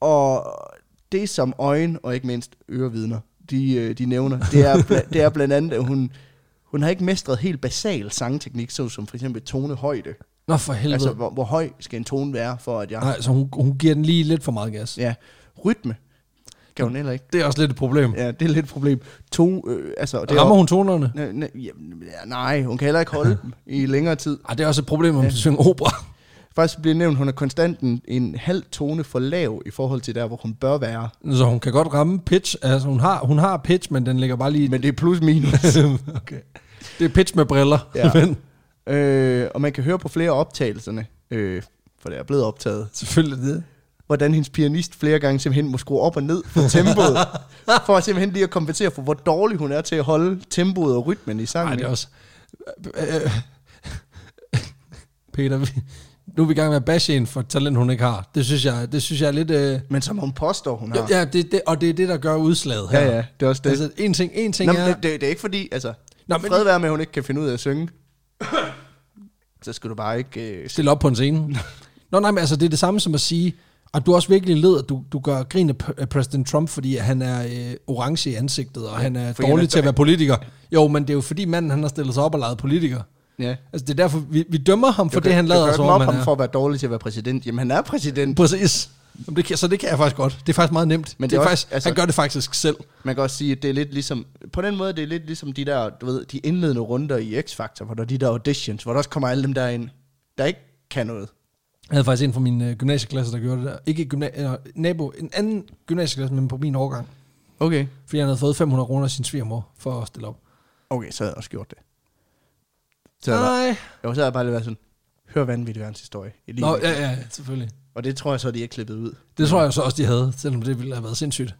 S2: Og det som øjen, og ikke mindst ørevidner, de, øh, de nævner, det er, bla- det er blandt andet, at hun, hun har ikke mestret helt basal sangteknik, såsom for eksempel tonehøjde.
S1: Nå for helvede.
S2: Altså, hvor, hvor høj skal en tone være, for at jeg...
S1: Nej, så hun, hun giver den lige lidt for meget gas.
S2: Ja, rytme kan hun heller ikke.
S1: Det er også lidt et problem. Ja,
S2: Ja, det er lidt et problem. To, øh, altså, det er-
S1: Rammer hun tonerne?
S2: Næ- næ- jamen, ja, Nej, hun kan heller ikke holde dem i længere tid.
S1: Ej, det er også et problem, om ja. synger opera.
S2: Faktisk bliver nævnt, hun er konstant en, en halv tone for lav i forhold til der, hvor hun bør være.
S1: Så hun kan godt ramme pitch. Altså, hun har, hun har pitch, men den ligger bare lige...
S2: Men det er plus minus.
S1: okay. Det er pitch med briller.
S2: Ja.
S1: Men,
S2: øh, og man kan høre på flere af optagelserne, øh, for det er blevet optaget,
S1: Selvfølgelig det.
S2: hvordan hendes pianist flere gange simpelthen må skrue op og ned for tempoet, for simpelthen lige at kompensere for, hvor dårlig hun er til at holde tempoet og rytmen i sangen.
S1: Nej, det er også... Øh, Peter, vi- nu er vi i gang med at bashe en for et talent, hun ikke har. Det synes jeg, det synes jeg er lidt... Øh,
S2: Men som hun påstår, hun har.
S1: ja, ja det, det, og det er det, der gør udslaget her.
S2: ja, ja det er også det.
S1: Altså, en ting, en ting
S2: Nå,
S1: er...
S2: men det, det, det er ikke fordi, altså,
S1: Nå,
S2: Nå,
S1: men-
S2: men... fred være med, at hun ikke kan finde ud af at synge. så skal du bare ikke... Øh,
S1: stille op på en scene. Nå nej, men altså, det er det samme som at sige, at du er også virkelig led, at du, du gør grin af pr- af præsident Trump, fordi han er øh, orange i ansigtet, og han er
S2: fordi han
S1: dårlig
S2: er-
S1: til at være politiker. Jo, men det er jo fordi manden, han har stillet sig op og leget politiker.
S2: ja.
S1: Altså, det er derfor, vi, vi dømmer ham for
S2: Du
S1: det, han
S2: du
S1: lader,
S2: kan
S1: som
S2: ikke
S1: om
S2: mobbe
S1: han
S2: ham
S1: er.
S2: for at være dårlig til at være præsident. Jamen, han er præsident.
S1: Præcis. Jamen, Det kan, så det kan jeg faktisk godt. Det er faktisk meget nemt. Men det er
S2: også-
S1: faktisk, altså,
S2: altså-
S1: han gør det faktisk selv.
S2: Man kan også sige, at det er lidt ligesom... På den måde, det er lidt ligesom de der, du ved, de indledende runder i X-Factor, hvor der er de der auditions, hvor der også kommer alle dem der ind, der ikke kan noget.
S1: Jeg havde faktisk en fra min øh, gymnasieklasse, der gjorde det der. Ikke gymna- eller, nabo, en anden gymnasieklasse, men på min årgang.
S2: Okay.
S1: Fordi han havde fået 500 kroner af sin svigermor for at stille op.
S2: Okay, så havde jeg også gjort det. Så havde
S1: Nej.
S2: jeg, bare- jo, så havde jeg bare lige været sådan, hør vanvittig verdens historie. i lige
S1: Nå,
S2: nu."
S1: ja, ja, selvfølgelig.
S2: Og det tror jeg så, de er klippet ud.
S1: Det tror jeg så også, de havde, selvom det ville have været sindssygt.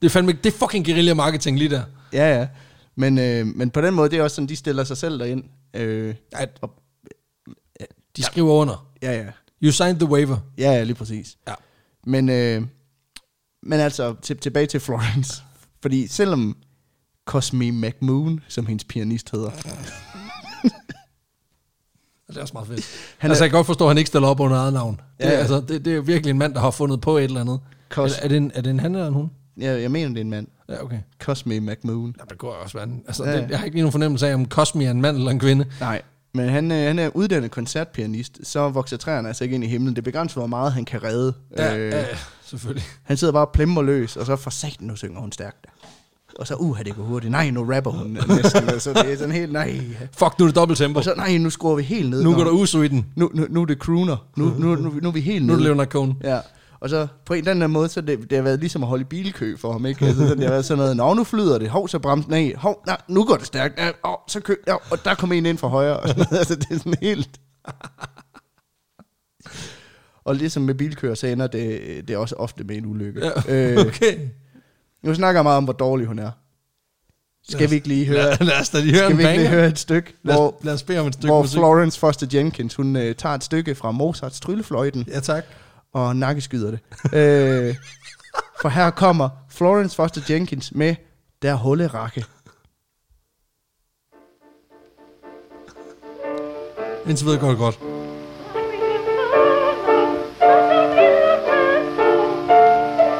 S1: det er fandme, det er fucking guerilla marketing lige der.
S2: Ja, ja. Men, øh, men på den måde, det er også sådan, de stiller sig selv derind. Øh,
S1: At,
S2: Og-
S1: de skriver under.
S2: ja, ja.
S1: You signed the waiver.
S2: Ja, ja, lige præcis.
S1: Ja.
S2: Men, øh, men altså, til, tilbage til Florence. Fordi selvom Cosme McMoon, som hendes pianist hedder,
S1: Og det er også meget fedt. Han er,
S2: Han er-
S1: altså, jeg kan godt forstå, at han ikke stiller op under eget navn. Det, ja,
S2: Ja,
S1: ja.
S2: ja.
S1: Altså, det, det, er virkelig en mand, der har fundet på et eller andet.
S2: Cos-
S1: Eller, er, det en, er det en han eller en hun?
S2: jeg, jeg mener, det er en mand,
S1: Ja, okay.
S2: Cosme McMoon.
S1: Jamen, det går jo også være en- altså,
S2: Ja,
S1: ja.
S2: ja.
S1: det, Jeg har ikke lige nogen fornemmelse af, om Cosmi er en mand eller en kvinde.
S2: Nej. Men han, øh, han er uddannet koncertpianist, så vokser træerne altså ikke ind i himlen. Det begrænser, hvor meget han kan redde.
S1: Ja, øh. ja selvfølgelig.
S2: Han sidder bare og plemmer løs, og så for satan, nu synger hun stærkt. Og så, uha, det går hurtigt. Nej, nu rapper hun næsten. og så det er sådan helt, nej.
S1: Fuck, nu er det dobbelt tempo.
S2: Og så, nej, nu skruer vi helt ned.
S1: Nu
S2: Nå,
S1: går der uso i den.
S2: nu, nu, nu er det crooner. Nu, nu, nu, nu er vi helt
S1: Nu er det
S2: nede.
S1: Leonard Cohen.
S2: Ja. Og så på en eller anden måde, så det, det har været ligesom at holde i bilkø for ham, ikke? Altså, sådan, det har været sådan noget, nå, nu flyder det, hov, så bremsen af, hov, nej, nu går det stærkt, ja, åh, så kø, ja, og der kom en ind fra højre, og sådan noget. altså, det er sådan helt... og ligesom med bilkøer, så ender det, det er også ofte med en ulykke.
S1: Ja,
S2: Øh,
S1: okay.
S2: nu snakker jeg meget om, hvor dårlig hun er.
S1: Lad
S2: Skal
S1: os-
S2: vi ikke lige høre,
S1: Lad, lad os da lige høre
S2: skal
S1: en
S2: vi ikke lige
S1: banger.
S2: høre et stykke,
S1: Lad
S2: hvor,
S1: os, lad os bede om et stykke
S2: hvor
S1: musik.
S2: Florence Foster Jenkins, hun øh, tager et stykke fra Mozarts tryllefløjten,
S1: Ja, tak.
S2: og nakkeskyder det. øh, for her kommer Florence Foster Jenkins med Der Hulle Rakke.
S1: Indtil videre går det godt.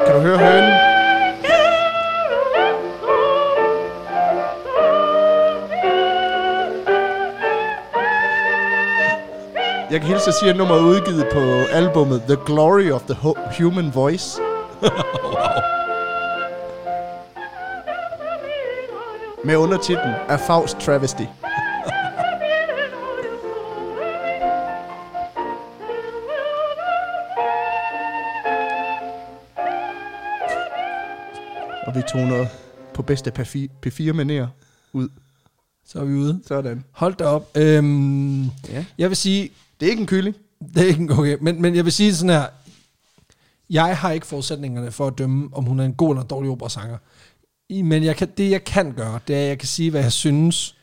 S2: Kan du høre hønen? Jeg kan hilse at sige, at nummeret er udgivet på albummet The Glory of the Ho- Human Voice. Med undertitlen A Faust Travesty. Og vi tog noget på bedste P4-manér ud.
S1: Så er vi ude.
S2: Sådan.
S1: Hold da op. Øhm,
S2: Ja.
S1: jeg vil sige,
S2: Det er ikke en kylling.
S1: det er ikke en- okay, men, men jeg vil sige sådan her. Jeg har ikke forudsætningerne for at dømme, om hun er en god eller en dårlig operasanger. I- Men jeg kan, det, jeg kan gøre, det er, at jeg kan sige, hvad jeg synes.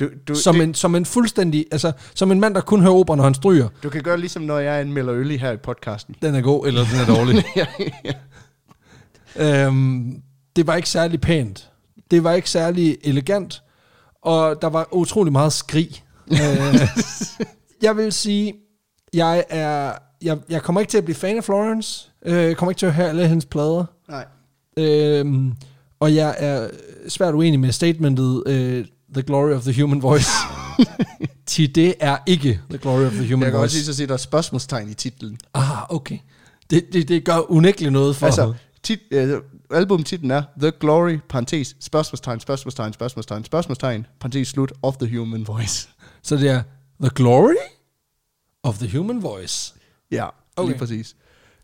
S2: Du, du,
S1: Som
S2: det,
S1: en, som en fuldstændig, altså, som en mand, der kun hører opera, når han stryger.
S2: du kan gøre ligesom, når jeg anmelder øl i her i podcasten.
S1: Den er god, eller den er dårlig. Øhm, det var ikke særlig pænt. Det var ikke særlig elegant. Og der var utrolig meget skrig. øh, jeg vil sige, jeg er... Jeg, jeg kommer ikke til at blive fan af Florence. Øh, jeg kommer ikke til at høre alle hendes plader.
S2: Nej.
S1: Øh, og jeg er svært uenig med statementet øh, The Glory of the Human Voice. Til det er ikke The Glory of the Human
S2: Jeg kan også
S1: Voice.
S2: lige så sige, at der er spørgsmålstegn i titlen.
S1: Ah, okay. Det, det, det gør unægteligt noget for
S2: Altså,
S1: ham.
S2: tit, øh, albumtitlen er The Glory, parentes, spørgsmålstegn, spørgsmålstegn, spørgsmålstegn, spørgsmålstegn, parentes slut, of the human voice.
S1: Så det er The Glory of the Human Voice.
S2: Ja, okay.
S1: Okay.
S2: lige præcis.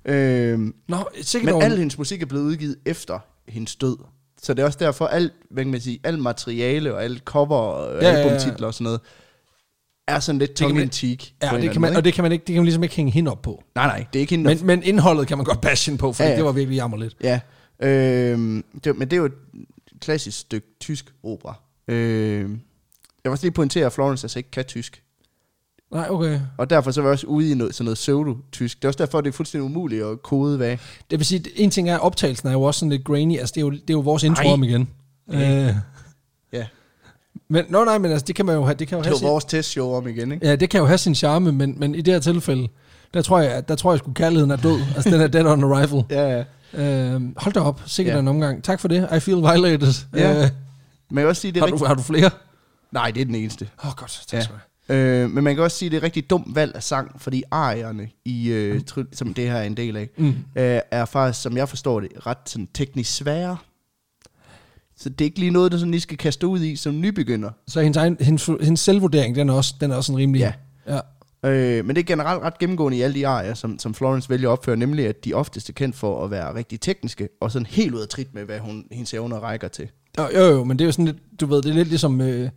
S2: Øhm,
S1: Nå, sikkert
S2: men
S1: over...
S2: al hendes musik er blevet udgivet efter hendes død. Så det er også derfor, alt, hvad kan man sige, alt materiale og alt cover og
S1: Ja,
S2: ja,
S1: ja, ja.
S2: albumtitler og sådan noget, er sådan lidt
S1: kan man-
S2: tongue in cheek.
S1: Ja, det kan man, og det kan man, ikke, det kan man ligesom ikke hænge hende op på.
S2: Nej, nej, det er ikke hende, der
S1: Men, men indholdet kan man godt bash hende på, for ja,
S2: Ja,
S1: ja.
S2: ja.
S1: det var virkelig jammerligt.
S2: Ja, øhm, det, var- men det er jo et klassisk stykke tysk opera. Øhm, jeg var også lige pointere, at Florence altså ikke kan tysk.
S1: Nej, okay.
S2: Og derfor så var jeg også ude i noget, sådan noget pseudo-tysk. Det er også derfor, det er fuldstændig umuligt at kode, hvad...
S1: Det vil sige, at en ting er, at optagelsen er jo også sådan lidt grainy. Altså, det er jo, det er jo vores intro
S2: Ej.
S1: om igen. Øh,
S2: Ja,
S1: men, nå, nej, men altså, det kan man jo have, det kan jo
S2: det
S1: have
S2: var
S1: sin,
S2: vores testshow om igen, ikke?
S1: ja, det kan jo have sin charme, men, men i det her tilfælde, der tror jeg, at- der tror jeg sgu kærligheden er død. altså, den er dead on arrival.
S2: Ja, ja.
S1: Øh, hold da op, sikkert
S2: Ja.
S1: en omgang. Tak for det. I feel violated.
S2: Ja,
S1: øh,
S2: Men jeg kan også sige, det er
S1: har,
S2: rigtig...
S1: du, har du flere?
S2: Nej, det er den eneste.
S1: Åh, oh, godt. Tak
S2: Ja.
S1: skal du have.
S2: Øh, men man kan også sige, det er et rigtig dumt valg af sang, fordi arierne, i, øh, try- som det her er en del af, mm. øh, er faktisk, som jeg forstår det, ret sådan, teknisk svære. Så det er ikke lige noget, der sådan lige skal kaste ud i som nybegynder.
S1: Så hendes, egen, hendes, hendes selvvurdering, den er også, den er også en rimelig...
S2: Ja.
S1: ja.
S2: Øh, men det er generelt ret gennemgående i alle de arier, som, som Florence vælger at opføre, nemlig at de oftest er kendt for at være rigtig tekniske, og sådan helt ud af trit med, hvad hun, hendes evner rækker til.
S1: Jo, jo, jo, men det er jo sådan lidt, du ved, det er lidt ligesom, øh,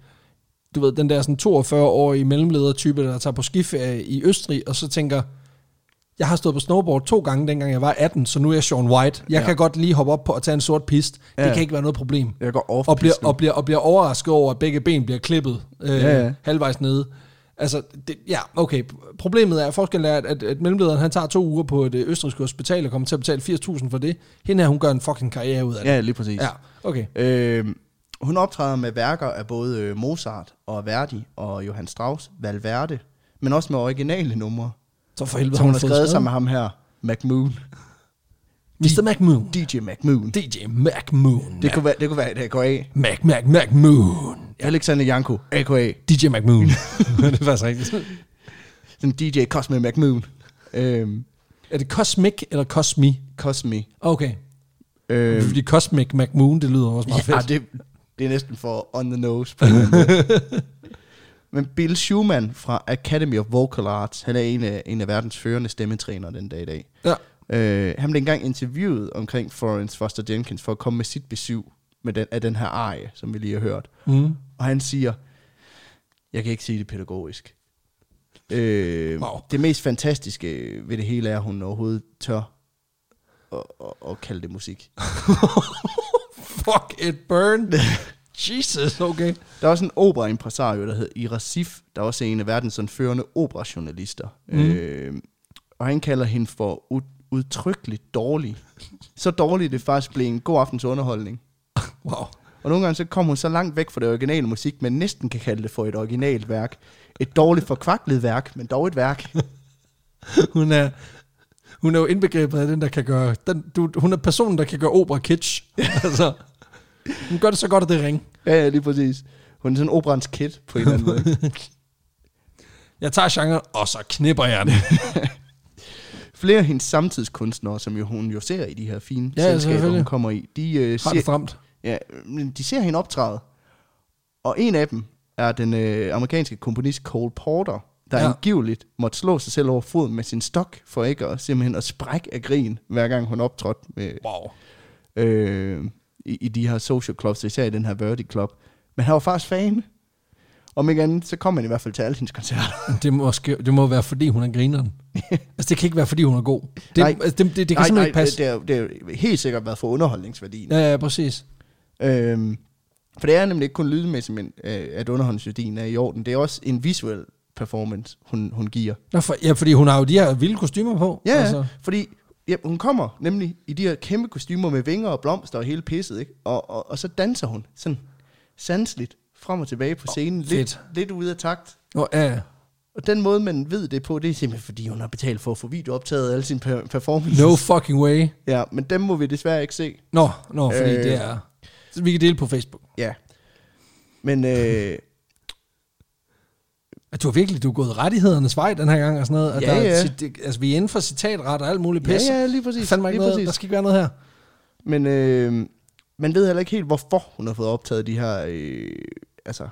S1: du ved, den der sådan 42-årige mellemledertype, der tager på skiferie i Østrig, og så tænker, jeg har stået på snowboard to gange, dengang jeg var 18, så nu er jeg Sean White. Jeg ja.
S2: Ja.
S1: kan godt lige hoppe op på og tage en sort pist. Ja. Det
S2: Ja.
S1: kan ikke være noget problem.
S2: Jeg går off
S1: Og bliver, og, bliver, og bliver overrasket over, at begge ben bliver klippet øh,
S2: Ja, ja.
S1: halvvejs nede. Altså, det, ja, okay. Problemet er, forskellen er, at, at, at mellemlederen, han tager to uger på et øh, østrigsk hospital og kommer til at betale 80.000 for det. Hende her, hun gør en fucking karriere ud af det.
S2: Ja, lige præcis.
S1: Ja, okay.
S2: Øh, hun optræder med værker af både øh, Mozart og Verdi og Johann Strauss, Valverde, men også med originale numre,
S1: Så for helvede,
S2: som hun har
S1: fået
S2: skrevet sammen med ham her, McMoon.
S1: Mr. McMoon.
S2: DJ McMoon. Det,
S1: DJ McMoon.
S2: det, kunne, være, det kunne være et AKA.
S1: Mac, Mac, McMoon.
S2: Alexander Janko, AKA.
S1: DJ McMoon. det er faktisk rigtigt.
S2: Den DJ Cosme McMoon. Øhm,
S1: Er det Cosmic eller Cosmi?
S2: Cosme.
S1: Okay.
S2: Øhm,
S1: Fordi Cosmic McMoon, det lyder også meget
S2: Ja,
S1: fedt.
S2: det, det er næsten for on the nose. På en eller anden måde. Men Bill Schumann fra Academy of Vocal Arts, han er en af, en af verdens førende stemmetrænere den dag i dag.
S1: Ja.
S2: Øh, han blev engang interviewet omkring Florence Foster Jenkins for at komme med sit besøg med den, af den her arie, som vi lige har hørt.
S1: Mm.
S2: Og han siger, jeg kan ikke sige det pædagogisk. Øh,
S1: Wow.
S2: wow. Det mest fantastiske ved det hele er, at hun overhovedet tør at, at, at kalde det musik.
S1: Fuck it, burn. Jesus, okay.
S2: Der er også en operaimpresario, der hed Ira Sif, der er også en af verdens sådan førende operajournalister. Mm. Øh, og han kalder hende for ud- udtrykkeligt dårlig. Så dårlig det faktisk blev en god aftens underholdning.
S1: Wow.
S2: Og nogle gange så kom hun så langt væk fra det originale musik, man næsten kan kalde det for et originalt værk. Et dårligt forkvaklet værk, men dog et værk.
S1: Hun er, hun er jo indbegrebet af den, der kan gøre... Den, du, hun er personen, der kan gøre opera kitsch. altså, hun gør det så godt, at det ringer.
S2: Ja, ja, lige præcis. Hun er sådan operans kid på en eller anden måde.
S1: Jeg tager genren, og så knipper jeg den.
S2: Flere af hendes samtidskunstnere, som jo hun jo ser i de her fine
S1: Ja,
S2: ja,
S1: ja,
S2: selskaber, hun
S1: selvfølgelig.
S2: kommer i, de, øh,
S1: Har det
S2: ser,
S1: stramt.
S2: ja, men de ser hende optræde. Og en af dem er den øh, amerikanske komponist Cole Porter, der
S1: Ja.
S2: ja. angiveligt måtte slå sig selv over foden med sin stok, for ikke at, simpelthen at sprække af grin, hver gang hun optrådte med,
S1: Wow.
S2: øh, i, i de her social clubs, især i den her Verdi Club. Men han var faktisk fan. Om ikke andet, så kom han i hvert fald til alle hendes koncerter.
S1: Det må, ske, det må være, fordi hun er grineren. altså, det kan ikke være, fordi hun er god. Det,
S2: Nej.
S1: altså, det, det, det kan
S2: nej,
S1: simpelthen
S2: nej,
S1: ikke passe.
S2: Det, er jo- det, er jo helt sikkert været for underholdningsværdien.
S1: Ja, ja, præcis.
S2: Øhm, for det er nemlig ikke kun lydmæssigt, men, øh, at underholdningsværdien er i orden. Det er også en visuel performance, hun, hun giver.
S1: Nå, for, ja, fordi hun har jo de her vilde kostymer på.
S2: Ja, altså. fordi ja, hun kommer nemlig i de her kæmpe kostymer med vinger og blomster og hele pisset, ikke? Og, og, og så danser hun sådan sansligt frem og tilbage på scenen, oh, lidt,
S1: fedt.
S2: lidt ude af takt.
S1: Nå, ja, ja.
S2: Og den måde, man ved det på, det er simpelthen, fordi hun har betalt for at få videooptaget af alle sine per- performances.
S1: No fucking way.
S2: Ja, men dem må vi desværre ikke se.
S1: Nå, nå fordi øh.
S2: Øh.
S1: det er... Så vi kan dele på Facebook.
S2: Ja. Men øh,
S1: At Altså, du har virkelig du er gået rettighedernes vej den her gang og sådan noget. At
S2: Ja,
S1: der, er
S2: ja.
S1: cit- det- altså, vi er inden for citatret og alt muligt
S2: ja,
S1: pisse.
S2: ja, lige præcis.
S1: Fandme ikke
S2: lige
S1: noget,
S2: præcis.
S1: der skal ikke være noget her.
S2: Men øh, man ved heller ikke helt, hvorfor hun har fået optaget de her øh, altså,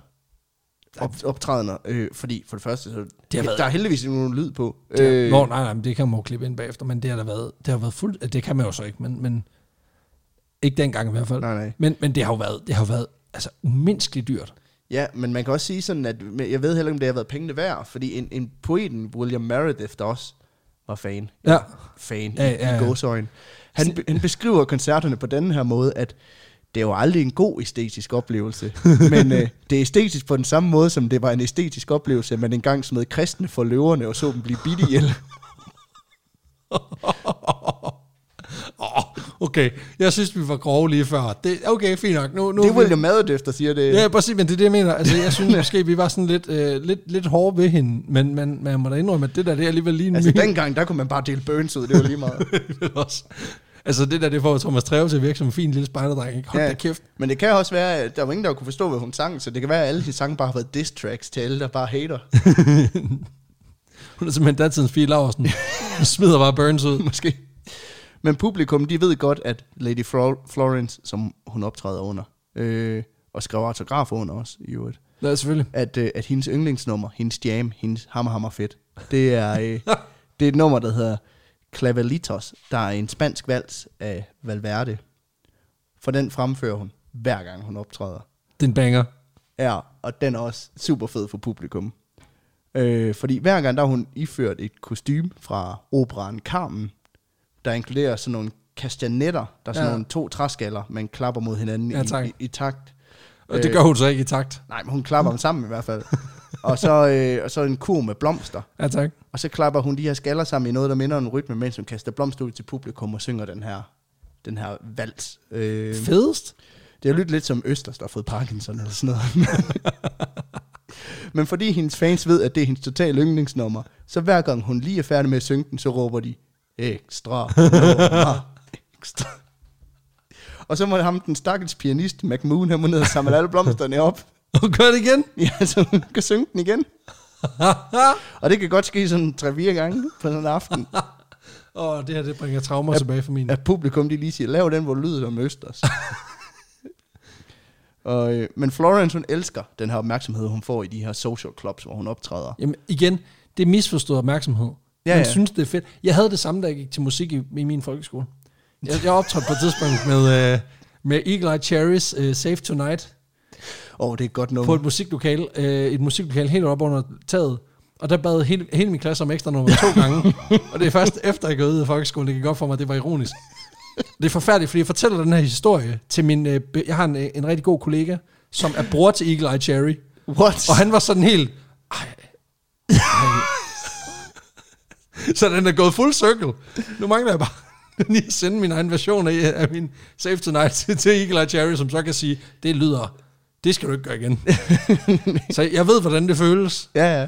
S2: op, optrædener. Øh, fordi for det første, så,
S1: Det har været-
S2: der er heldigvis ikke nogen lyd på.
S1: Øh. Nå, nej, nej, men det kan man jo klippe ind bagefter, men det har der været, det har været fuldt, det kan man jo så ikke, men, men ikke dengang i hvert fald.
S2: Nej, nej.
S1: Men, men det har jo været, det har jo været altså, umenneskeligt dyrt.
S2: Ja, men man kan også sige sådan, at men jeg ved heller ikke, om det har været pengene værd, fordi en, en poeten, William Meredith, der også var fan,
S1: Ja.
S2: fan
S1: Ja,
S2: ja,
S1: ja,
S2: ja,
S1: ja.
S2: i gåsøjne, han, be- han beskriver koncerterne på den her måde, at det er jo aldrig en god æstetisk oplevelse, men øh, det er æstetisk på den samme måde, som det var en æstetisk oplevelse, at man engang smed kristne for løverne og så dem blive bidt ihjel.
S1: Oh, okay, jeg synes, vi var grove lige før. Det, okay, fint nok. Nu, nu
S2: Det er
S1: vi-
S2: William Meredith, der siger det.
S1: Ja, præcis, men det er det, jeg mener. Altså, jeg synes måske, vi var sådan lidt, øh, lidt, lidt hårde ved hende, men man, man må da indrømme, at det der, det er alligevel lige en
S2: Altså
S1: my-
S2: dengang, der kunne man bare dele burns ud, det var lige meget.
S1: også. Altså det der, det får Thomas Treve til at virke som en fin lille spejderdreng. ikke? Hold ja. da kæft.
S2: Men det kan også være, at der var ingen, der kunne forstå, hvad hun sang, så det kan være, at alle de sange bare har været diss tracks til alle, der bare hater.
S1: Hun er simpelthen datidens Fie Laversen. smider bare Burns ud.
S2: Måske. Men publikum, de ved godt, at Lady Flo- Florence, som hun optræder under, øh, og skrev autografer under også, i øvrigt,
S1: Ja, selvfølgelig.
S2: at, øh, at hendes yndlingsnummer, hendes jam, hendes hammer, hammer fedt, det er, øh, det er et nummer, der hedder Clavelitos, der er en spansk vals af Valverde. For den fremfører hun, hver gang hun optræder.
S1: Den banger.
S2: Ja, og den er også super fed for publikum. Øh, fordi hver gang, der har hun iført et kostume fra operan Carmen, der inkluderer sådan nogle kastanetter, der er
S1: Ja.
S2: sådan ja. nogle to træskaller, man klapper mod hinanden
S1: Ja, tak.
S2: i, i, i takt.
S1: Og det gør hun så ikke i takt.
S2: Nej, men hun klapper dem sammen i hvert fald. og, så, øh, og så en kur med blomster.
S1: Ja, tak.
S2: Og så klapper hun de her skaller sammen i noget, der minder om en rytme, mens hun kaster blomster ud til publikum og synger den her, den her vals. Øh,
S1: Fedest?
S2: det har lyttet lidt som Østers, der har fået Parkinson eller sådan noget. Men fordi hendes fans ved, at det er hendes totale yndlingsnummer, så hver gang hun lige er færdig med at synge den, så råber de, ekstra, nummer, ekstra. Og så må ham, den stakkels pianist, McMoon, han må ned og samle alle blomsterne op,
S1: Og gør det igen.
S2: ja, så hun kan synge den igen. Og det kan godt ske sådan 3-4 gange på sådan en aften,
S1: og det her, det bringer traumer tilbage for min.
S2: at publikum de lige siger, lav den, hvor lyder som Østers. og, øh, men Florence, hun elsker den her opmærksomhed, hun får i de her social clubs, hvor hun optræder.
S1: Jamen igen, det er misforstået opmærksomhed. Ja,
S2: Ja,
S1: Man ja.
S2: ja.
S1: synes, det er fedt. Jeg havde det samme, da jeg gik til musik i, i min folkeskole. Jeg, jeg optrådte på et tidspunkt med, øh, med Eagle Eye Cherries øh, Safe Tonight
S2: Åh, oh, det er et godt
S1: på
S2: nummer.
S1: et musiklokale, øh, et musiklokale helt op under taget. Og der bad hele, hele min klasse om ekstra nummer to gange. og det er først efter, jeg gik ud af folkeskolen, det gik op for mig, at det var ironisk. Det er forfærdeligt, fordi jeg fortæller den her historie til min... Øh, be- jeg har en, øh, en rigtig god kollega, som er bror til Eagle Eye Cherry.
S2: What?
S1: Og han var sådan helt... Ej, ej. så den er gået full circle. Nu mangler jeg bare lige at sende min egen version af, af min Save Tonight til, til Eagle Eye Cherry, som så kan sige, det lyder, det skal du ikke gøre igen. så jeg ved, hvordan det føles.
S2: Ja, ja.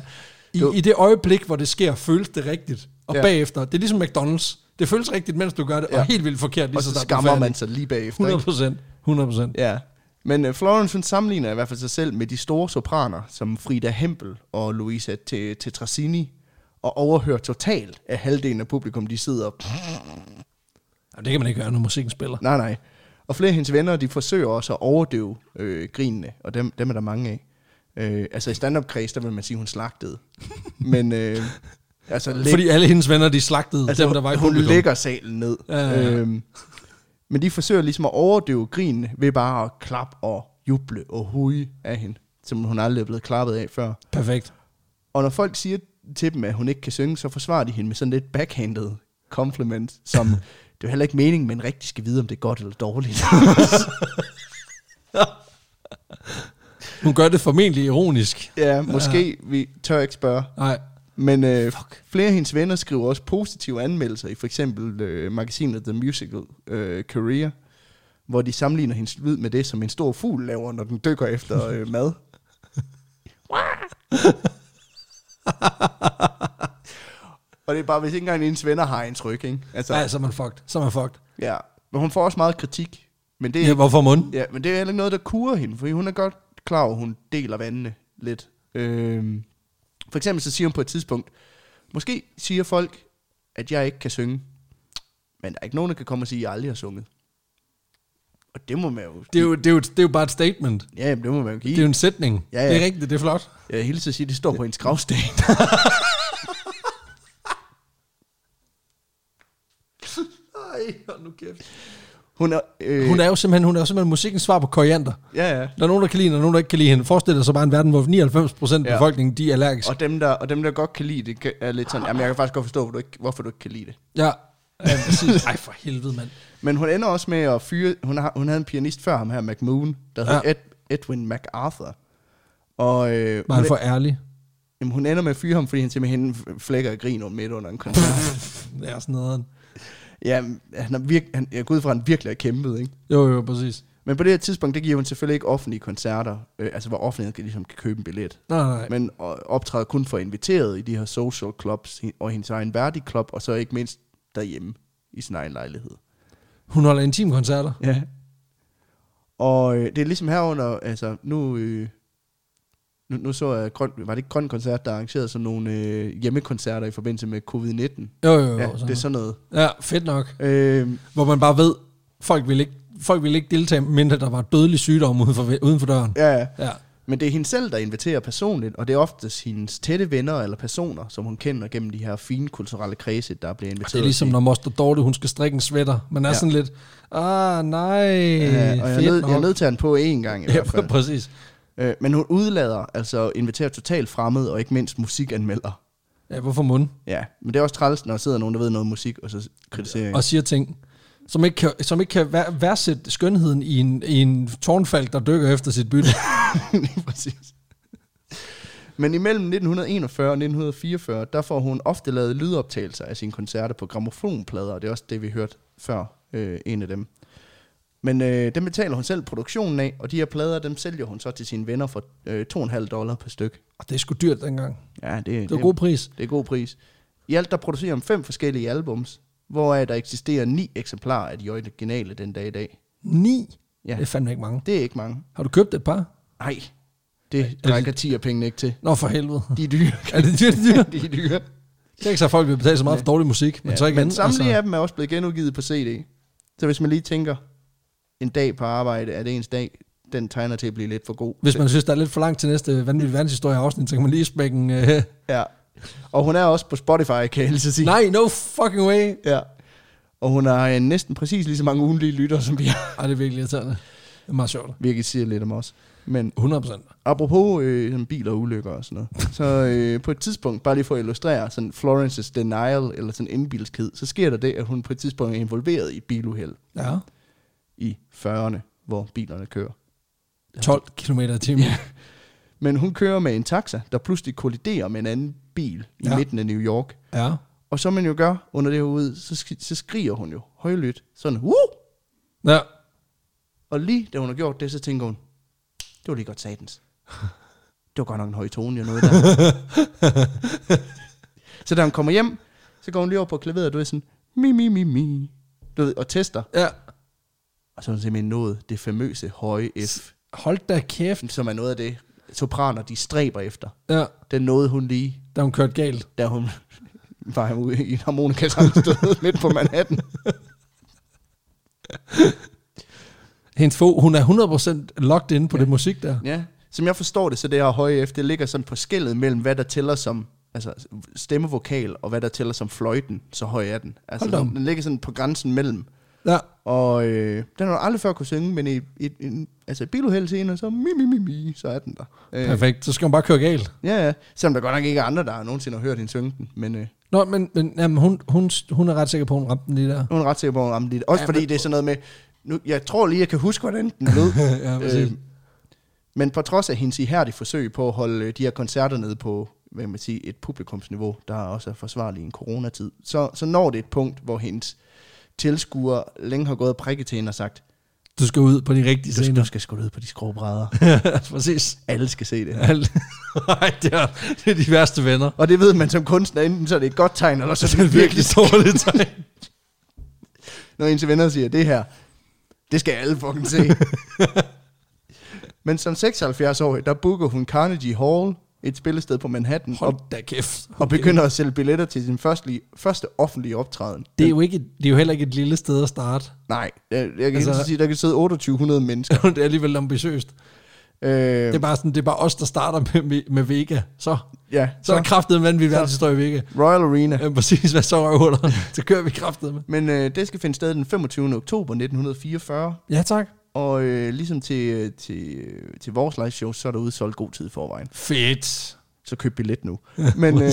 S1: I,
S2: Du-
S1: I det øjeblik, hvor det sker, føles det rigtigt. Og ja.
S2: Ja.
S1: bagefter, det er ligesom McDonald's. Det føles rigtigt, mens du gør det, ja.
S2: Ja.
S1: og helt vildt forkert. Lige
S2: Og så
S1: snart du er
S2: skammer
S1: færdig.
S2: man sig lige bagefter.
S1: 100
S2: Ikke?
S1: procent. 100 procent.
S2: Ja. Men øh, Florence, hun sammenligner i hvert fald sig selv med de store sopraner, som Frida Hempel og Louisa Te- Tetrazzini, og overhører totalt af halvdelen af publikum, de sidder og
S1: Det kan man ikke gøre, når musikken spiller.
S2: Nej, nej. Og flere af hendes venner, de forsøger også at overdøve øh, grinene, og dem, dem er der mange af. Øh, altså i stand-up-kreds, der vil man sige, hun slagtede. Men øh, altså, læg,
S1: Fordi alle hendes venner, de slagtede altså,
S2: altså
S1: dem, der var i
S2: hun
S1: publikum.
S2: lægger salen ned.
S1: Ja, ja, ja.
S2: Øhm, men de forsøger ligesom at overdøve grinene ved bare at klappe og juble og huge af hende, som hun aldrig er blevet klappet af før.
S1: Perfekt.
S2: Og når folk siger til dem, at hun ikke kan synge, så forsvarer de hende med sådan lidt backhanded compliment, som, det er jo heller ikke meningen, men rigtig skal vide, om det er godt eller dårligt.
S1: Hun gør det formentlig ironisk.
S2: Ja, måske. Ja. Vi tør ikke spørge.
S1: Nej.
S2: Men øh, flere af hendes venner skriver også positive anmeldelser i for eksempel øh, magasinet The Musical øh, Career, hvor de sammenligner hendes lyd med det, som en stor fugl laver, når den dykker efter øh, mad. Og det er bare, hvis ikke engang hendes venner har hendes ryg, ikke? Altså,
S1: Nej, så er man fucked. Så er man fucked.
S2: ja. Men hun får også meget kritik. Men det, er,
S1: Ja, hvorfor mund?
S2: Ja, men det er heller ikke noget, der kurer hende, for hun er godt klar over, at hun deler vandene lidt. Øhm, for eksempel så siger hun på et tidspunkt, måske siger folk, at jeg ikke kan synge, men der er ikke nogen, der kan komme og sige, at jeg aldrig har sunget. Og det må man jo...
S1: Det er, jo, det, er jo, det er jo bare et statement.
S2: Ja, jamen, det må man jo
S1: Det er jo
S2: give.
S1: en sætning.
S2: Ja, ja.
S1: Det er rigtigt, det er flot.
S2: Jeg hilser at sige, at det står på hendes gravsten.
S1: Ej, hold nu kæft.
S2: Hun er... Øh,
S1: Hun er jo simpelthen, hun er jo simpelthen musikkens svar på koriander.
S2: Ja, ja.
S1: Der er nogen, der kan lide hende, og nogen, der ikke kan lide hende. Forestil dig så bare en verden, hvor 99% af
S2: Ja.
S1: befolkningen, de er allergiske.
S2: Og dem, der, og dem, der godt kan lide det, kan- er lidt sådan, jamen jeg kan faktisk godt forstå, hvor du ikke, hvorfor du ikke kan lide det.
S1: Ja. ja præcis. Ej, for helvede, mand.
S2: Men hun ender også med at fyre, hun, har, hun havde en pianist før ham her, McMoon, der hed
S1: Ja.
S2: ja. Ed, Edwin MacArthur. Og øh,
S1: Var
S2: hun,
S1: han for ærlig?
S2: jamen, hun ender med at fyre ham, fordi han simpelthen f- flækker og griner midt under en koncert.
S1: Det er sådan noget.
S2: ja, han er virk, han, jeg går ud fra, at han virkelig har kæmpet, ikke?
S1: Jo, jo, præcis.
S2: Men på det her tidspunkt, der giver hun selvfølgelig ikke offentlige koncerter, øh, altså hvor offentligheden kan, ligesom kan købe en billet.
S1: Nej, nej, nej.
S2: Men øh, optræder kun for inviteret i de her social clubs hi- og hendes egen værdig klub, og så ikke mindst derhjemme i sin egen lejlighed.
S1: Hun holder intim koncerter.
S2: Ja. Og øh, det er ligesom herunder, altså nu, øh, nu, nu så jeg, grøn, var det ikke Grøn Koncert, der arrangerede sådan nogle øh, hjemmekoncerter i forbindelse med covid-19?
S1: Jo, jo, jo.
S2: ja, det er
S1: så...
S2: sådan noget.
S1: ja fedt nok.
S2: Øh,
S1: Hvor man bare ved, folk vil ikke, folk vil ikke deltage, mindre der var dødelig sygdom uden for, uden for døren.
S2: ja, ja.
S1: Ja.
S2: Men det er hende selv, der inviterer personligt, og det er oftest hendes tætte venner eller personer, som hun kender gennem de her fine kulturelle kredse, der bliver inviteret.
S1: Det er ligesom,
S2: til.
S1: når Moster Dorte, hun skal strikke en sweater. Man er ja.
S2: Ja.
S1: sådan lidt, ah, nej,
S2: Ja, og jeg,
S1: fedt
S2: nød,
S1: nok.
S2: jeg nødtager den på én gang i hvert
S1: Ja,
S2: fald.
S1: præcis.
S2: Øh, men hun udlader, altså inviterer totalt fremmede, og ikke mindst musikanmelder.
S1: Ja, hvorfor mund?
S2: Ja, men det er også træls, når der sidder nogen, der ved noget om musik, og så kritiserer en.
S1: Og siger ting, som ikke kan, som ikke kan vær- værdsætte skønheden i en, i en tårnfald, der dykker efter sit bytte.
S2: Lige præcis. Men imellem 1941 og 1944, der får hun ofte lavet lydoptagelser af sine koncerter på gramofonplader, og det er også det, vi hørte før, øh, en af dem. Men øh, dem betaler hun selv produktionen af, og de her plader, dem sælger hun så til sine venner for øh, 2,5 dollar per styk.
S1: Og det er sgu dyrt dengang.
S2: Ja, det,
S1: Det var god pris.
S2: det er god pris. I alt der producerer hun fem forskellige albums, hvoraf der eksisterer ni eksemplarer af de originale den dag i dag.
S1: Ni? Ja.
S2: Ja.
S1: Det er fandme ikke mange.
S2: Det er ikke mange.
S1: Har du købt et par?
S2: Nej, det rækker 10 af pengene ikke til.
S1: Nå, for helvede.
S2: De er dyre.
S1: er det dyrt, dyrt?
S2: de er dyre.
S1: Det er ikke så, at folk vil betale så meget for dårlig musik. Men,
S2: Ja,
S1: så igen,
S2: men samtlige af dem er også blevet genudgivet på CD. Så hvis man lige tænker, en dag på arbejde, er det ens dag, den tegner til at blive lidt for god.
S1: Hvis man synes, der er lidt for langt til næste vanvittig verdenshistorie afsnit, så kan man lige smække en... Øh,
S2: Ja. Og hun er også på Spotify, kan jeg helst sige.
S1: nej, no fucking way!
S2: Ja. Og hun har øh, næsten præcis lige så mange ugenlige lytter, som vi har.
S1: Ej, det er virkelig irriterende. Det er meget sjovt.
S2: Hvilket siger lidt om os. Men
S1: 100 procent.
S2: apropos øh, sådan biler og ulykker og sådan noget. Så øh, på et tidspunkt, bare lige for at illustrere sådan Florences denial, eller sådan indbilskhed, så sker der det, at hun på et tidspunkt er involveret i et biluheld
S1: Ja.
S2: i 40'erne, hvor bilerne kører.
S1: 12 km i timen. Ja.
S2: Men hun kører med en taxa, der pludselig kolliderer med en anden bil i
S1: Ja.
S2: ja. midten af New York.
S1: ja.
S2: Og som man jo gør under det her ud, så, sk- så skriger hun jo højlydt, sådan, Woo!
S1: Ja.
S2: Og lige da hun har gjort det, så tænker hun, det var lige godt satans. Det var godt nok en høj tone, jeg nåede der. så da hun kommer hjem, så går hun lige over på klaveret, du ved sådan, mi, mi, mi, mi, du ved, og tester.
S1: ja.
S2: Og så har hun simpelthen nået det famøse høje F,
S1: Hold da kæft.
S2: som er noget af det, sopraner de stræber efter.
S1: Ja,
S2: Den nåede hun lige
S1: da hun kørte galt.
S2: da hun var ude i en harmonika sammenstød midt på Manhattan.
S1: Hendes få, hun er 100% locked inde på ja. det musik der.
S2: Ja. Som jeg forstår det, så det her høje F, det ligger sådan på skillet mellem, hvad der tæller som altså stemmevokal, og hvad der tæller som fløjten, så høj er den. Altså,
S1: Hold da op.
S2: den, den ligger sådan på grænsen mellem.
S1: Ja.
S2: Og øh, den har du aldrig før kunne synge, men i, i, i altså et biluheld senere, så mi, mi, mi, mi, så er den der. Øh,
S1: Perfekt. Så skal hun bare køre galt.
S2: ja, ja. Selvom der godt nok ikke er andre, der nogensinde har hørt hende synge den, men øh,
S1: Nå, men, men jamen, hun, hun, hun er ret sikker på, at hun ramte den lige der.
S2: nu er hun ret sikker på, at hun ramte lige det. Også
S1: Ja,
S2: ja, fordi
S1: men-
S2: det er sådan noget med, nu, jeg tror lige, jeg kan huske, hvordan den lød.
S1: ja, præcis.
S2: Øh, men på trods af hendes ihærdige forsøg på at holde øh, de her koncerter nede på hvad kan man sige, et publikumsniveau, der også er forsvarlig i en coronatid, så, så når det et punkt, hvor hendes tilskuere længe har gået og prikket til hende og sagt,
S1: Du skal ud på de rigtige
S2: du, du
S1: scener.
S2: skal sgu ud på de skråbrædder.
S1: Præcis.
S2: Alle skal se det her.
S1: Alt. Nej, det er, det er de værste venner.
S2: Og det ved man som kunstner, enten så er det et godt tegn, eller så
S1: Det
S2: er
S1: er
S2: det virkelig,
S1: virkelig dårligt tegn.
S2: når ens venner siger, det her, det skal alle fucking se. Men som 76-årig, der booker hun Carnegie Hall, et spillested på Manhattan, og
S1: Hold da kæft.
S2: og begynder at sælge billetter til sin første, første offentlige optræden.
S1: Det er, jo ikke, det er jo heller ikke et lille sted at starte.
S2: Nej, jeg, jeg kan
S1: Altså-
S2: altså, sige, der kan sidde 2800 mennesker.
S1: det er alligevel ambitiøst.
S2: Øh,
S1: Det er bare sådan, det er bare os, der starter med, med Vega. Så,
S2: ja,
S1: så er der kraftedeme vanvittig verdenshistorie i Vega.
S2: Royal Arena.
S1: Ja, præcis, hvad så røvhuller? Så kører vi kraftedeme.
S2: Men øh, det skal finde sted den 25. oktober 1944,
S1: Ja, tak.
S2: og øh, ligesom til, øh, til, øh, til vores live show, så er der udsolgt god tid i forvejen.
S1: Fedt.
S2: Så køb billet nu. Men øh,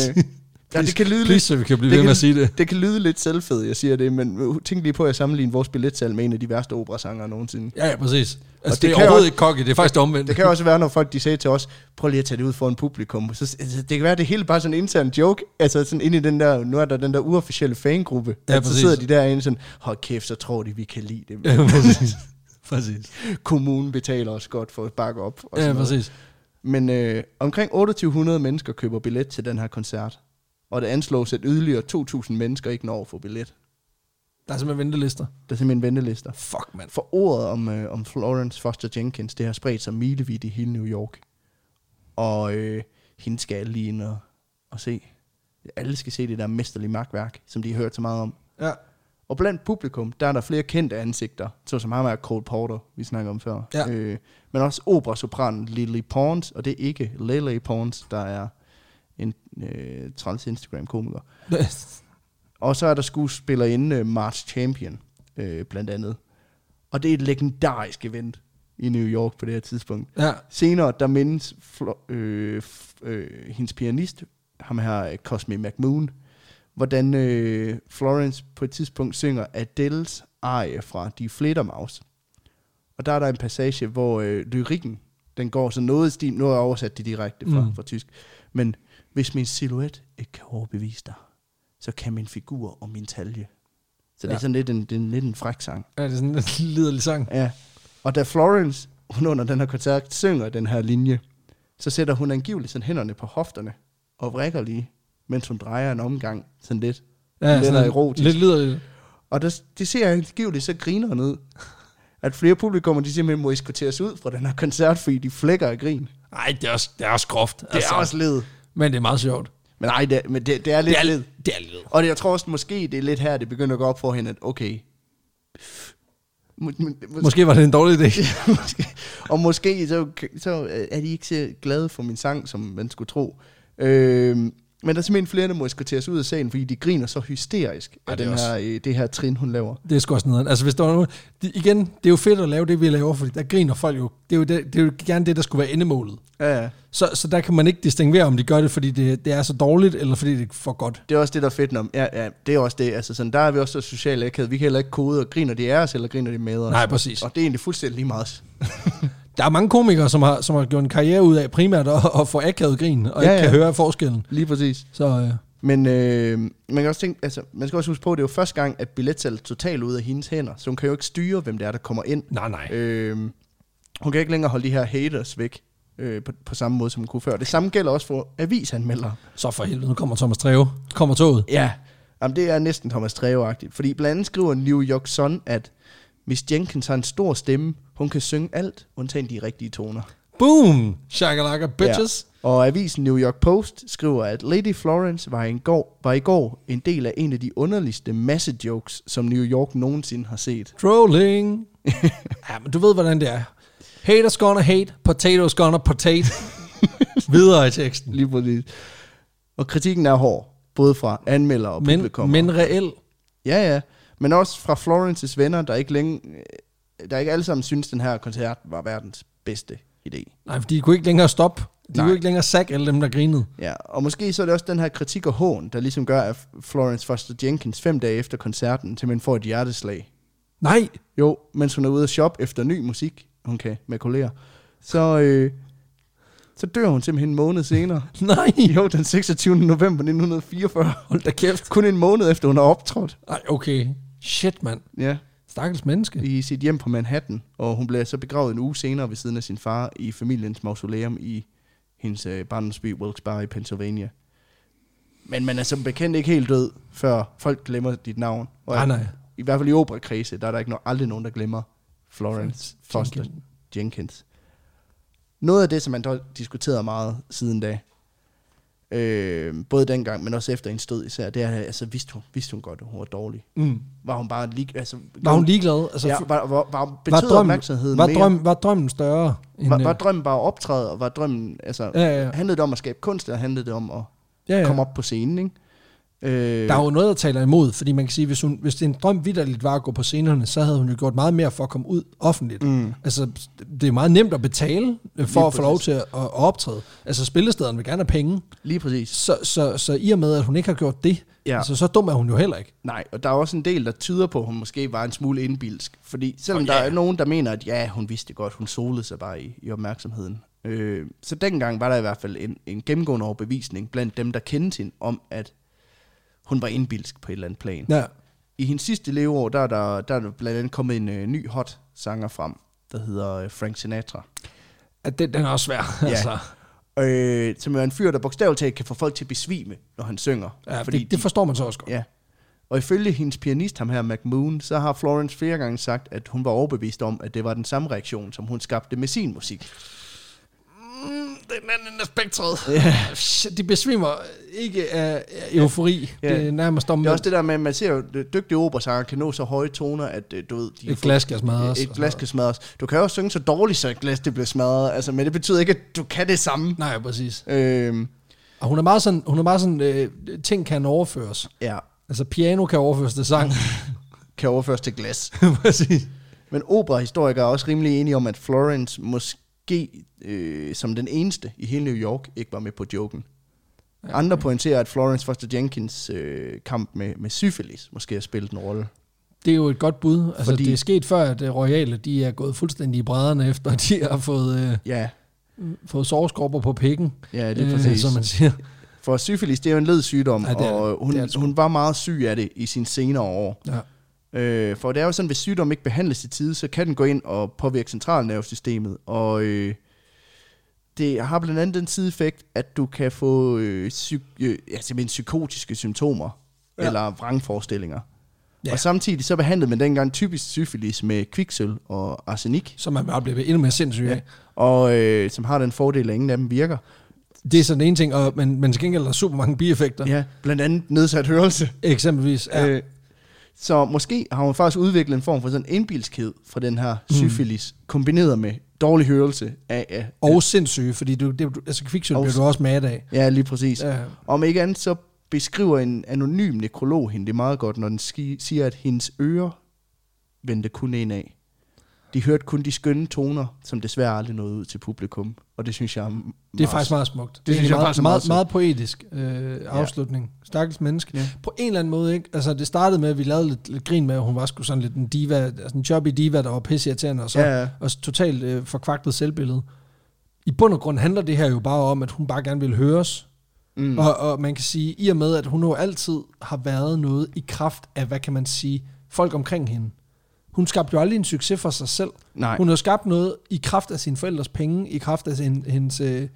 S2: ja, det kan lyde
S1: Please,
S2: lidt...
S1: så vi kan blive
S2: det
S1: ved med
S2: kan-
S1: at sige det.
S2: Det kan lyde lidt selvfed, jeg siger det, men øh, tænk lige på, at jeg sammenligner vores billetsal med en af de værste operasangere nogensinde.
S1: Ja, ja, præcis. Altså, det,
S2: det
S1: det er
S2: kan
S1: overhovedet
S2: også-
S1: ikke kokke, det er faktisk det omvendt.
S2: Det kan også være, når folk de sagde til os, prøv lige at tage det ud foran publikum. Så, altså, det kan være, at det hele bare er sådan en intern joke. Altså sådan ind i den der, nu er der den der uofficielle fangruppe.
S1: Ja,
S2: at så
S1: præcis.
S2: sidder de derinde sådan, hold kæft, så tror de, vi kan lide det.
S1: Ja, præcis. præcis.
S2: Kommunen betaler os godt for at bakke op. Og
S1: Ja,
S2: sådan noget.
S1: præcis.
S2: Men øh, omkring 2800 mennesker køber billet til den her koncert. Og det anslås, at yderligere 2000 mennesker ikke når at få billet.
S1: Der er simpelthen ventelister.
S2: Der er simpelthen ventelister.
S1: Fuck, mand.
S2: For ordet om, øh, om Florence Foster Jenkins, det har spredt sig milevidt i hele New York. Og øh, hende skal alle lige ind og, og se. Alle skal se det der mesterlige magtværk, som de har hørt så meget om.
S1: Ja,
S2: Og blandt publikum, der er der flere kendte ansigter, såsom ham er Cole Porter, vi snakker om før.
S1: Ja.
S2: Øh, men også operasopranen Lily Pons, og det er ikke Lele Pons, der er en øh, træls Instagram-komiker. Og så er der skuespillerinde øh, March Champion, øh, blandt andet. Og det er et legendarisk event i New York på det her tidspunkt.
S1: ja.
S2: Senere, der mindes flo- øh, f- øh, hendes pianist, ham her øh, Cosme McMoon, hvordan øh, Florence på et tidspunkt synger Adele's arie fra De Flittermaus. Og der er der en passage, hvor øh, lyrikken, den går så noget i stil, nu har jeg oversat det direkte fra,
S1: Mm.
S2: mm. fra tysk, men hvis min silhuet ikke kan overbevise dig, så kan min figur og min talje. Så det ja.
S1: Ja.
S2: er sådan lidt en, det er en, lidt en fræk sang.
S1: ja, det er sådan en liderlig sang.
S2: Ja. Og da Florence, hun under den her koncert, synger den her linje, så sætter hun angiveligt sådan hænderne på hofterne og vrikker lige, mens hun drejer en omgang sådan lidt.
S1: Ja,
S2: Lidt
S1: sådan
S2: erotisk.
S1: Lidt liderlig.
S2: Og der, det ser jeg angiveligt, så griner hun ud. At flere publikummer, de simpelthen må eskorteres ud fra den her koncert, fordi de flækker af grin. Det
S1: Nej, det er også, det er også groft. Det
S2: er også led.
S1: Men det er meget sjovt.
S2: Men nej, det, er- men det, det er lidt
S1: det er
S2: led.
S1: Det er lidt.
S2: Og det, jeg tror også, måske det er lidt her, det begynder at gå op for hende, at okay, Må- må- må-
S1: Måske var det en dårlig idé.
S2: måske. Og måske så, så er de ikke så glade for min sang, som man skulle tro. Øhm, men der er simpelthen flere, der må eskorteres ud af salen, fordi de griner så hysterisk
S1: Ej,
S2: af
S1: det er
S2: den her, øh, det her trin, hun laver.
S1: Det er sgu også noget. Altså hvis der var nogen, de, igen, det er jo fedt at lave det, vi laver, fordi der griner folk jo. Det er jo, det, det er jo gerne det, der skulle være endemålet.
S2: Ja, ja.
S1: Så, så der kan man ikke distinguere, om de gør det, fordi det, det er så dårligt, eller fordi det er for godt.
S2: Det er også det, der er fedt om. Ja, ja, det er også det. Altså, sådan, der er vi også så socialt akavet. Vi kan heller ikke kode, og griner de af os, eller griner de med os.
S1: Nej, præcis.
S2: Og det er egentlig fuldstændig lige meget.
S1: Altså, Der er mange komikere, som har, som har gjort en karriere ud af primært at, at få akavet grin, og
S2: Ja,
S1: ja, ikke
S2: ja.
S1: kan høre forskellen.
S2: Lige præcis.
S1: Så øh,
S2: Men øh, man, kan også tænke, altså, man skal også huske på, at det er jo første gang, at billetsalget totalt ud af hendes hænder. Så hun kan jo ikke styre, hvem det er, der kommer ind.
S1: nej, nej.
S2: Øh, hun kan ikke længere holde de her haters væk øh, på, på samme måde, som hun kunne før. Det samme gælder også for avisanmeldere.
S1: Så for helvede, nu kommer Thomas Treve. Kommer toget.
S2: Ja. Jamen, det er næsten Thomas Treve-agtigt. Fordi blandt andet skriver New York Sun, at Miss Jenkins har en stor stemme. Hun kan synge alt, undtagen de rigtige toner.
S1: Boom! Shakalaka bitches.
S2: Ja. Og avisen New York Post skriver, at Lady Florence var, en går, var i går en del af en af de underligste massejokes, som New York nogensinde har set.
S1: Trolling. ja, men du ved, hvordan det er. Haters gonna hate, potatoes gonna potato. Videre i teksten.
S2: Lige præcis. Og kritikken er hård, både fra anmelder og
S1: Men,
S2: publikum.
S1: men reel.
S2: Ja, ja. Men også fra Florences venner, der ikke, længe, øh, der ikke alle sammen synes, den her koncert var verdens bedste idé.
S1: Nej, for de kunne ikke længere stoppe. De
S2: Nej.
S1: kunne ikke længere sakke alle dem, der grinede.
S2: Ja, og måske så er det også den her kritik og hån, der ligesom gør, at Florence Foster Jenkins fem dage efter koncerten simpelthen får et hjerteslag.
S1: Nej,
S2: Jo, mens hun er ude at shoppe efter ny musik, hun kan med kolleger. Så, øh, så dør hun simpelthen en måned senere.
S1: nej.
S2: Jo, den 26. november 1944.
S1: Hold da kæft.
S2: Kun en måned efter hun er optrådt.
S1: Nej, okay. Shit, mand.
S2: Ja.
S1: Stakkels menneske.
S2: i sit hjem på Manhattan, og hun blev så begravet en uge senere ved siden af sin far i familiens mausoleum i hendes øh, barndomsby Wilkes-Barre i Pennsylvania. Men man er som bekendt ikke helt død, før folk glemmer dit navn. Og
S1: Ah, Nej, nej.
S2: I hvert fald i operakredse, der er der ikke no- aldrig nogen, der glemmer Florence Foster Jenkins.
S1: Jenkins.
S2: Jenkins. Noget af det, som man dog diskuterede meget siden da, Øh, både dengang, men også efter en stød især. Det er, altså, vidste hun, vidste hun godt, at hun var dårlig.
S1: Mm.
S2: Var hun bare lige... Altså,
S1: Var hun ligeglad? Altså,
S2: ja,
S1: f-
S2: var, var, var,
S1: var,
S2: betød
S1: drømmen,
S2: opmærksomheden
S1: var,
S2: mere?
S1: drøm, var drømmen større? End,
S2: var, var
S1: øh,
S2: drømmen bare at optræde, og var drømmen... Altså,
S1: ja, ja,
S2: handlede det om at skabe kunst, eller handlede det om at
S1: ja, ja.
S2: komme op på scenen, ikke? Øh,
S1: Der er jo noget, der taler imod, fordi man kan sige, hvis, hun, hvis det er en drøm vidderligt var at gå på scenerne, så havde hun jo gjort meget mere for at komme ud offentligt.
S2: Mm.
S1: Altså, det er meget nemt at betale øh, for
S2: Lige
S1: at få lov
S2: præcis.
S1: til at, at optræde. Altså, spillestederne vil gerne have penge,
S2: Lige præcis.
S1: så, så, så i og med, at hun ikke har gjort det, ja.
S2: Ja.
S1: altså, så dum er hun jo heller ikke.
S2: Nej, og der er også en del, der tyder på, at hun måske var en smule indbilsk. Fordi selvom
S1: Og
S2: oh, der
S1: ja.
S2: er nogen, der mener, at ja, hun vidste det godt, hun solede sig bare i, i opmærksomheden. Øh, så dengang var der i hvert fald en, en gennemgående overbevisning blandt dem, der kendte hende, om at hun var indbilsk på et eller andet plan.
S1: Ja.
S2: I hendes sidste leveår, der er der, der er der blandt andet kommet en øh, ny hot sanger frem, der hedder øh, Frank Sinatra.
S1: At den, den er også svær. Ja.
S2: Ja.
S1: Altså,
S2: Øh, som jo er en fyr, der bogstaveligt talt kan få folk til at besvime, når han synger.
S1: ja, fordi det, det
S2: de-
S1: forstår man så også godt.
S2: Ja. Og ifølge hendes pianist, ham her McMoon, så har Florence flere gange sagt, at hun var overbevist om, at det var den samme reaktion, som hun skabte med sin musik.
S1: Mm, den anden af spektret. Ja. Shit, de besvimer ikke af af eufori. Ja.
S2: Ja.
S1: Det er nærmest
S2: Det
S1: om
S2: er også det der med, at man ser jo, at dygtige operasanger kan nå så høje toner, at øh, du ved, de kan
S1: et
S2: få-
S1: glas kan smadres.
S2: et
S1: og
S2: glas kan smadres. Du kan jo også synge så dårligt, så et glas det bliver smadret, altså, men det betyder ikke, at du kan det samme.
S1: sådan noget. Nej, præcis.
S2: Øhm,
S1: Og hun er meget sådan, hun er meget sådan øh, ting kan overføres.
S2: ja,
S1: Altså piano kan overføres til sang.
S2: kan overføres til glas.
S1: præcis.
S2: Men operahistorikere er også rimelig enige om, at Florence måske øh, som den eneste i hele New York ikke var med på joken.
S1: Ja,
S2: Andre pointerer, at Florence Foster Jenkins øh, kamp med, med syfilis måske har spillet en rolle.
S1: Det er jo et godt bud. Altså, Fordi...
S2: Fordi-
S1: det er sket før, at øh, royale de er gået fuldstændig i brædderne efter, at de har fået, øh,
S2: Ja,
S1: fået sårskorper på pikken.
S2: ja lige præcis.
S1: som man siger.
S2: For syfilis, det er jo en ledsygdom,
S1: Øh, altså, Ja,
S2: ja,
S1: det er det.
S2: og hun,
S1: Det er det sgu.
S2: hun var meget syg af det i sine senere år.
S1: Ja.
S2: Øh, for det er jo sådan, at hvis sygdom ikke behandles i tide, så kan den gå ind og påvirke centralnervesystemet. Og øh, det har blandt andet den sideeffekt, at du kan få øh, psyk- øh, ja, simpelthen psykotiske symptomer,
S1: Ja.
S2: ja. eller vrangforestillinger.
S1: Ja.
S2: Ja. Og samtidig så behandlede man dengang typisk syfilis med kviksøl og arsenik.
S1: Så man bare bliver endnu mere sindssyg ja.
S2: Ja. og øh, som har den fordel, at ingen af dem virker.
S1: Det er sådan en ting, og, men, men til gengæld er der super mange bieffekter. Ja.
S2: Ja, blandt andet nedsat hørelse.
S1: Eksempelvis. Ja. Øh,
S2: Øh, så måske har hun faktisk udviklet en form for sådan en indbilskhed fra den her syfilis, mm. kombineret med dårlig hørelse af... af
S1: og sindssyge, fordi du, det, du- altså kviksøl
S2: Og-
S1: bliver du også mad af.
S2: ja, lige præcis. Ja.
S1: Ja.
S2: Om ikke andet, så beskriver en anonym nekrolog hende det meget godt, når den ski- siger, at hendes ører vendte kun en af. De hørte kun de skønne toner, som desværre aldrig nåede ud til publikum. Og det synes jeg er meget
S1: Det er faktisk meget smukt. Det, det
S2: synes
S1: er
S2: jeg
S1: meget,
S2: faktisk er
S1: meget,
S2: meget
S1: meget poetisk øh, afslutning. Ja. Stakkels menneske. Ja.
S2: Ja.
S1: På en eller anden måde, ikke? Altså, det startede med, at vi lavede lidt, lidt grin med, at hun var sgu sådan lidt en diva, altså en chubby diva, der var pisseirriterende, og så ja.
S2: Ja, ja.
S1: og så totalt øh, forkvaklet selvbillede. I bund og grund handler det her jo bare om, at hun bare gerne vil høres. Mm.
S2: Mm.
S1: Og, og man kan sige, i og med, at hun jo altid har været noget i kraft af, hvad kan man sige, folk omkring hende. Hun skabte jo aldrig en succes for sig selv.
S2: Nej.
S1: Hun har skabt noget i kraft af sine forældres penge, i kraft af sin, hendes, øh,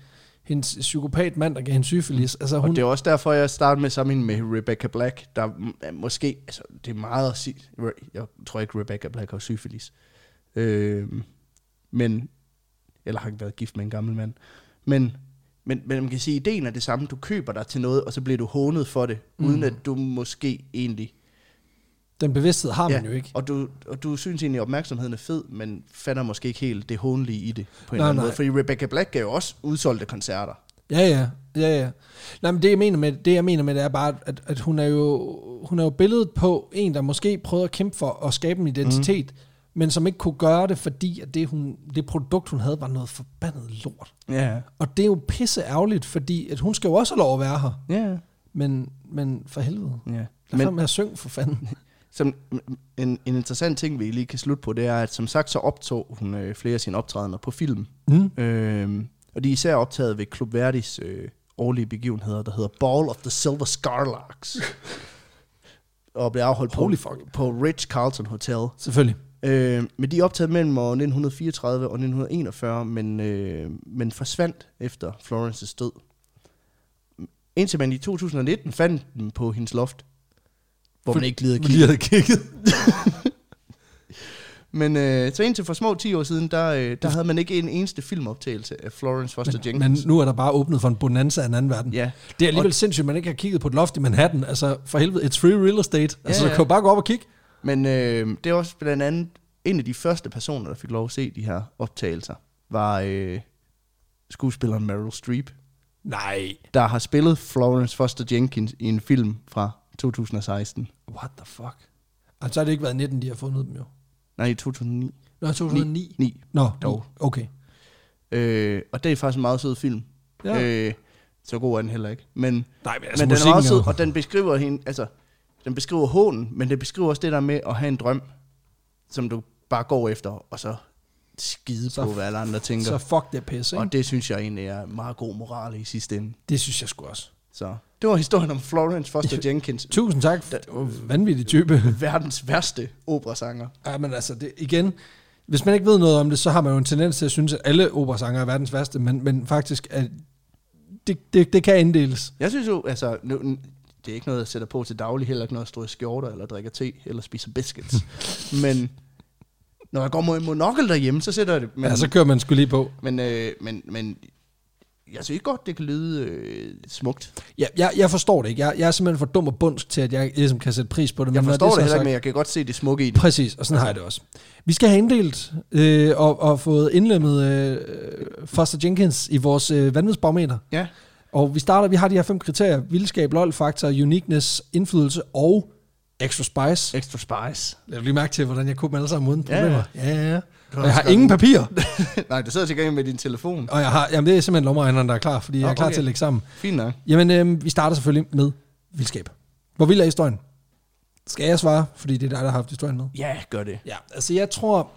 S1: hendes psykopat mand, der gav hende syfilis. Altså, hun,
S2: Og det er også derfor, jeg startede med sammen med Rebecca Black, der m- er måske, altså det er meget at sige, Re- jeg tror ikke Rebecca Black har syfilis, øh, men, eller har ikke været gift med en gammel mand, men, men, men man kan sige, ideen er det samme, du køber dig til noget, og så bliver du hånet for det, mm. uden at du måske egentlig,
S1: den bevidsthed har man ja, jo ikke.
S2: og du, og du synes egentlig, at opmærksomheden er fed, men fatter måske ikke helt det hånlige i det, på
S1: Nej,
S2: en eller anden
S1: nej.
S2: måde, fordi Rebecca Black gav jo også udsolgte koncerter.
S1: Ja, ja, ja, ja. Nej, men det jeg mener med det, jeg mener med det er bare, at, at hun, er jo, hun er jo billedet på en, der måske prøvede at kæmpe for at skabe en identitet, mm. men som ikke kunne gøre det, fordi at det, hun, det produkt, hun havde, var noget forbandet lort.
S2: Ja,
S1: Og det er jo pisse ærgerligt, fordi at hun skal jo også have lov at være her.
S2: ja,
S1: Men, men for helvede.
S2: ja.
S1: Lad men, med at synge for fanden.
S2: Som en, en interessant ting, vi lige kan slutte på, det er, at som sagt så optog hun øh, flere af sine optrædener på film.
S1: Mm.
S2: Øh, og de er især optaget ved Club Verdis øh, årlige begivenheder, der hedder Ball of the Silver Scarlarks. og blev afholdt på,
S1: Holy fuck.
S2: på Rich Carlton Hotel.
S1: Selvfølgelig.
S2: Øh, men de er optaget mellem år 1934 og 1941, men, øh, men forsvandt efter Florences død. Indtil man i 2019 fandt den på hendes loft, hvor
S1: For-
S2: man ikke lige havde
S1: havde kigget.
S2: Men øh, så indtil for små 10 år siden, der, øh, der havde man ikke en eneste filmoptagelse af Florence Foster
S1: Men,
S2: Jenkins.
S1: men nu er der bare åbnet for en bonanza af en anden verden.
S2: ja.
S1: Det er alligevel sindssygt, at man ikke har kigget på et loft i Manhattan. Altså, for helvede, it's free real estate. Altså,
S2: Ja,
S1: ja, ja.
S2: ja.
S1: kan jo bare gå op og kigge.
S2: Men øh, det er også blandt andet en af de første personer, der fik lov at se de her optagelser, var øh, skuespilleren Meryl Streep,
S1: Nej.
S2: der har spillet Florence Foster Jenkins i en film fra 2016.
S1: What the fuck? Og så har det ikke været 19, de har fundet dem jo.
S2: Nej, i 2009.
S1: Nå, 2009.
S2: 9.
S1: Nå,
S2: Dog.
S1: okay.
S2: Øh, og det er faktisk en meget sød film.
S1: Ja.
S2: Øh, så god er den heller ikke. Men,
S1: Nej, men,
S2: altså, men den er meget sød, og den beskriver hende, altså, den beskriver hånen, men den beskriver også det der med at have en drøm, som du bare går efter, og så skide
S1: Så
S2: så, på, hvad alle andre tænker.
S1: Så fuck det pisse, ikke?
S2: Og det synes jeg egentlig er meget god moral i sidste ende.
S1: Det synes jeg sgu også.
S2: Så det var historien om Florence Foster Jenkins,
S1: Tusind tak. Det var en vanvittig type.
S2: verdens værste operasanger.
S1: Ja, men altså, det, igen, hvis man ikke ved noget om det, så har man jo en tendens til at synes, at alle operasanger er verdens værste, men, men faktisk, at det, det, det kan inddeles.
S2: Jeg synes jo, altså, nu, n- det er ikke noget, jeg sætter på til daglig, heller ikke noget, jeg står i skjorter, eller drikker te, eller spiser biscuits. men når jeg går mod en monokkel derhjemme, så sætter jeg det. Men,
S1: Ja, så Altså, kører man skulle lige på.
S2: men, øh, men, men jeg synes godt, det kan lyde øh, smukt.
S1: Ja, jeg, jeg forstår det ikke. Jeg, jeg er simpelthen for dum og bundsk til, at jeg ligesom kan sætte pris på det.
S2: Jeg
S1: når
S2: forstår
S1: er
S2: det,
S1: så
S2: det heller
S1: sagt-
S2: ikke, men jeg kan godt se det smukke i det.
S1: Præcis, og sådan har jeg det også. Vi skal have inddelt øh, og, og fået indlemmet øh, Foster Jenkins i vores øh, vanvidsbarometer.
S2: Ja,
S1: Og vi starter, vi har de her fem kriterier. Vildskab, lol, faktor, uniqueness, indflydelse og extra spice.
S2: extra spice.
S1: Lad lige mærke til, hvordan jeg kunne dem alle sammen uden
S2: Ja,
S1: problemer. Ja, ja, ja.
S2: har
S1: Og jeg har
S2: skrevet
S1: ingen papirer.
S2: Nej, du sidder til gengæld med din telefon.
S1: Og jeg har, jamen det er simpelthen lommeregneren, der er klar, fordi jeg
S2: Nå,
S1: er klar
S2: okay.
S1: til at lægge sammen.
S2: Fint nok.
S1: Jamen, øh, vi starter selvfølgelig med vildskab. Hvor vild er historien? Skal jeg svare? Fordi det er dig, der har haft historien med.
S2: Ja, gør det.
S1: Ja, altså jeg tror...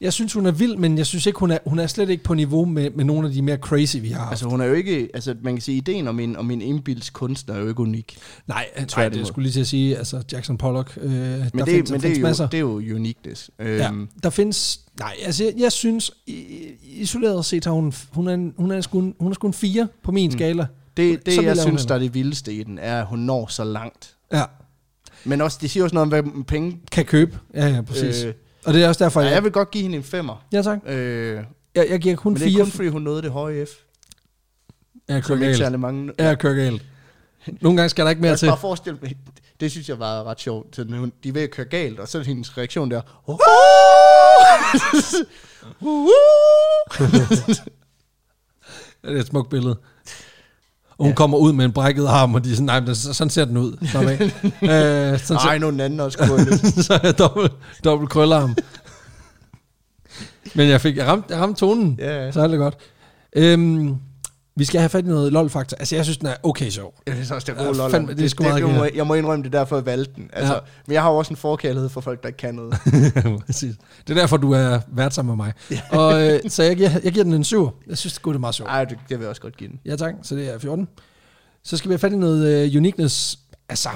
S1: Jeg synes, hun er vild, men jeg synes ikke, hun er, hun er slet ikke på niveau med, med nogle af de mere crazy, vi har haft.
S2: Altså hun er jo ikke, altså man kan sige, ideen om en, om en indbilds kunstner er jo ikke unik.
S1: nej,
S2: tror
S1: nej,
S2: jeg, det
S1: det
S2: må-
S1: skulle lige til at sige, altså Jackson Pollock, øh, men der
S2: Men, det,
S1: findes,
S2: men
S1: der findes
S2: det, er jo,
S1: masser.
S2: det er jo uniqueness. Øhm,
S1: ja, der findes, nej, altså jeg, jeg synes, i- isoleret set har hun, hun er, en, hun er, sgu, en, hun er sgu en fire på min mm. skala.
S2: Det,
S1: Så
S2: det
S1: vil
S2: jeg
S1: jeg
S2: synes,
S1: jo-
S2: der er det vildeste i den, er, at hun når så langt.
S1: Ja,
S2: Men også, det siger også noget om, hvad penge...
S1: kan købe. Ja, ja, præcis. Øh,
S2: Øh,
S1: og det er også derfor,
S2: ja, jeg
S1: jeg...
S2: vil godt give hende en femmer.
S1: Ja, tak.
S2: Øh,
S1: Jeg, jeg giver kun
S2: men det er
S1: fire.
S2: kun, fordi hun nåede det høje F.
S1: Jeg
S2: Som
S1: kører
S2: ikke
S1: galt.
S2: særlig mange... Jeg
S1: Jeg kører galt. Nogle gange skal der ikke mere
S2: kan
S1: til.
S2: bare forestille mig... Det synes jeg var ret sjovt. Så når hun- De er ved at køre galt, og så er hendes reaktion der... Oh!
S1: Ja, Det er et smukt billede. Og hun ja. kommer ud med en brækket arm, og de er sådan, nej, men så- sådan ser den ud. Slap af. øh, sådan ser,
S2: Ej, nu er den anden også kunnet.
S1: så er jeg dobbelt, dobbelt krøllearm. Men jeg fik, jeg ramte, jeg ramte tonen,
S2: Ja, ja.
S1: så er det godt. Øhm, vi skal have fat i noget lol-faktor. Altså, jeg synes, den er okay sjov.
S2: Jeg synes også, det er
S1: Ja,
S2: god lol.
S1: fandme, det er sgu meget
S2: jeg, må,
S1: genialt.
S2: jeg må indrømme, det er derfor, jeg valgte den. Altså,
S1: Ja.
S2: ja. Men jeg har jo også en forkærlighed for folk, der ikke kan noget.
S1: Præcis. det er derfor, du er vært sammen med mig. og, øh, så jeg giver, jeg giver den en 7. Jeg synes, det er meget sjovt.
S2: Ej, det, det vil jeg også godt give den.
S1: Ja tak, så det er 14. Så skal vi have fat i noget øh, uniqueness. Altså,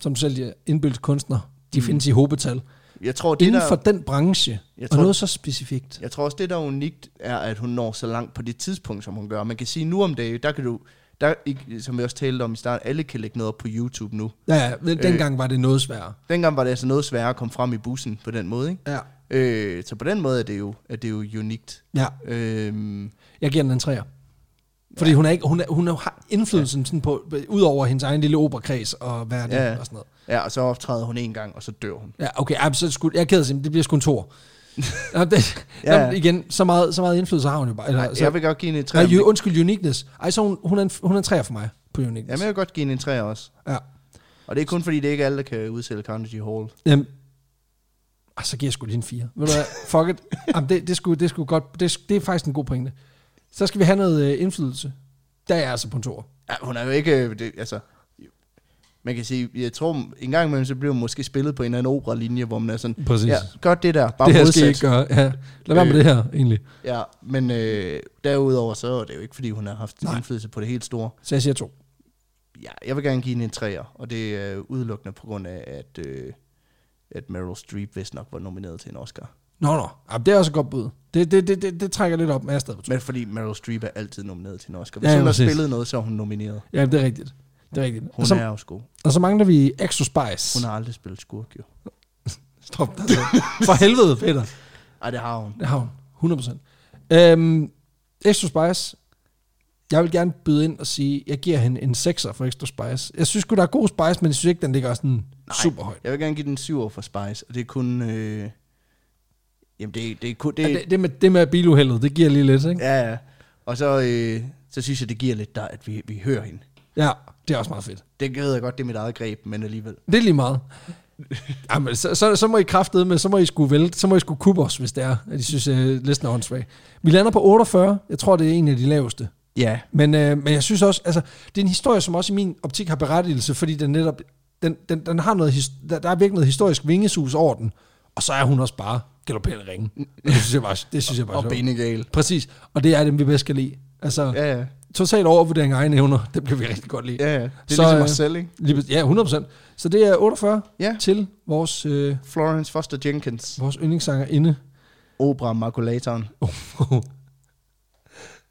S1: som du selv siger, indbyldes kunstner. De mm. findes i hobetal.
S2: Jeg tror, det
S1: Inden
S2: der,
S1: for den branche,
S2: Jeg
S1: og
S2: tror-
S1: noget så specifikt.
S2: jeg tror også, det der er unikt, er, at hun når så langt på det tidspunkt, som hun gør. Man kan sige, nu om dagen, der kan du, der, ikke- som vi også talte om i starten, alle kan lægge noget op på YouTube nu.
S1: Ja, ja men
S2: Øh.
S1: dengang var det noget sværere.
S2: Dengang var det altså noget sværere at komme frem i bussen på den måde, ikke?
S1: Ja.
S2: Øh, så på den måde er det jo, er det jo unikt.
S1: ja,
S2: Øhm,
S1: jeg giver den en træer. Fordi ja. hun, er ikke, hun, er, hun er, har indflydelsen ja. sådan på, ud over hendes egen lille operakreds og verden
S2: Ja.
S1: ja. og sådan noget.
S2: ja, og så optræder hun en gang, og så dør hun.
S1: Ja, okay, ja, så skulle, jeg er ked af at sige, men det bliver sgu en tor. ja. det,
S2: Ja.
S1: jamen, igen, så meget, så meget indflydelse har hun jo bare. Eller,
S2: Nej,
S1: så,
S2: jeg vil godt give hende en træer.
S1: nej,
S2: men det-
S1: ju- undskyld, uniqueness. Ej, så hun, hun, er en, hun er en træer for mig på uniqueness.
S2: Jamen, jeg vil godt give hende en træer også.
S1: Ja.
S2: Og det er kun fordi, det er ikke alle, der kan udsælge Carnegie Hall.
S1: Jamen, ah, så giver jeg sgu lige en 4. Ved du hvad? Fuck it. Jamen, det, det, skulle, det, skulle godt, det, det er faktisk en god pointe. Så skal vi have noget øh, indflydelse. Der er jeg altså på en tor.
S2: Ja, hun er jo ikke... øh, Det, altså, man kan sige, jeg tror, en gang imellem, så bliver hun måske spillet på en eller anden operalinje, hvor man er sådan,
S1: Præcis.
S2: ja, gør det der, bare
S1: det her skal I
S2: modsat.
S1: ikke gøre. Ja. Lad være med
S2: Øh.
S1: det her, egentlig.
S2: Ja, men øh, derudover, så er det jo ikke, fordi hun har haft Nej.
S1: Nej.
S2: indflydelse på det helt store.
S1: Så jeg siger to.
S2: Ja, jeg vil gerne give hende en træer, og det er øh, udelukkende på grund af, at, øh, at Meryl Streep vist nok var nomineret til en Oscar.
S1: Nå, nå. Jamen, det er også et godt bud. Det, det, det, det, det trækker lidt op, men jeg er stadig på to.
S2: Men fordi Meryl Streep er altid nomineret til en Oscar. Hvis
S1: Ja,
S2: ja,
S1: ja,
S2: hun har
S1: præcis.
S2: spillet noget, så er hun nomineret.
S1: Ja, det er rigtigt. Det er rigtigt.
S2: Hun
S1: Og så,
S2: er jo sko.
S1: og så mangler vi Exo Spice.
S2: Hun har aldrig spillet skurk, jo.
S1: Stop dig. For helvede, Peter.
S2: Ej, det har hun.
S1: Det har hun. 100%. Øhm, Extra Spice. Jeg vil gerne byde ind og sige, jeg giver hende en 6'er for Extra Spice. Jeg synes sgu, der er god Spice, men jeg synes ikke, den ligger sådan Nej. super højt.
S2: Jeg vil gerne give den 7 år for Spice, og det er kun... Øh, jamen, det, det er kun...
S1: Det,
S2: Det,
S1: ja, det, det, med, det med biluheldet, det giver lige lidt, ikke?
S2: Ja, ja. Og så, øh, så synes jeg, det giver lidt der, at vi, vi hører hende.
S1: Ja. ja, det er også meget fedt.
S2: Det ved jeg godt, det er mit eget greb, men alligevel.
S1: Det er lige meget. Jamen, så, så, så må I kraftede med, så må I skulle vælte, så må I skulle kubbe os, hvis det er, at I synes, at listen er åndssvag. Vi lander på 48. Jeg tror, det er en af de laveste.
S2: Ja.
S1: Men, øh, men jeg synes også, altså, det er en historie, som også i min optik har berettigelse, fordi den netop, den, den, den har noget, his- der, der er virkelig noget historisk vingesus over den, og så er hun også bare galopperende ringe. Og Det synes jeg bare, det synes jeg bare
S2: Og
S1: er sjovt.
S2: Benegal.
S1: Præcis, og det er dem, vi bedst kan lide. Altså, ja.
S2: Ja, ja.
S1: total overvurdering af egne evner, det bliver vi rigtig godt lide.
S2: ja, ja. Det er
S1: Så,
S2: så, ligesom
S1: øh,
S2: os selv, ikke?
S1: Lige præ- Ja, 100%. Så det er 48
S2: Ja.
S1: til vores, øh,
S2: Florence Foster Jenkins.
S1: vores yndlingssanger inde.
S2: Opera Maculatoren.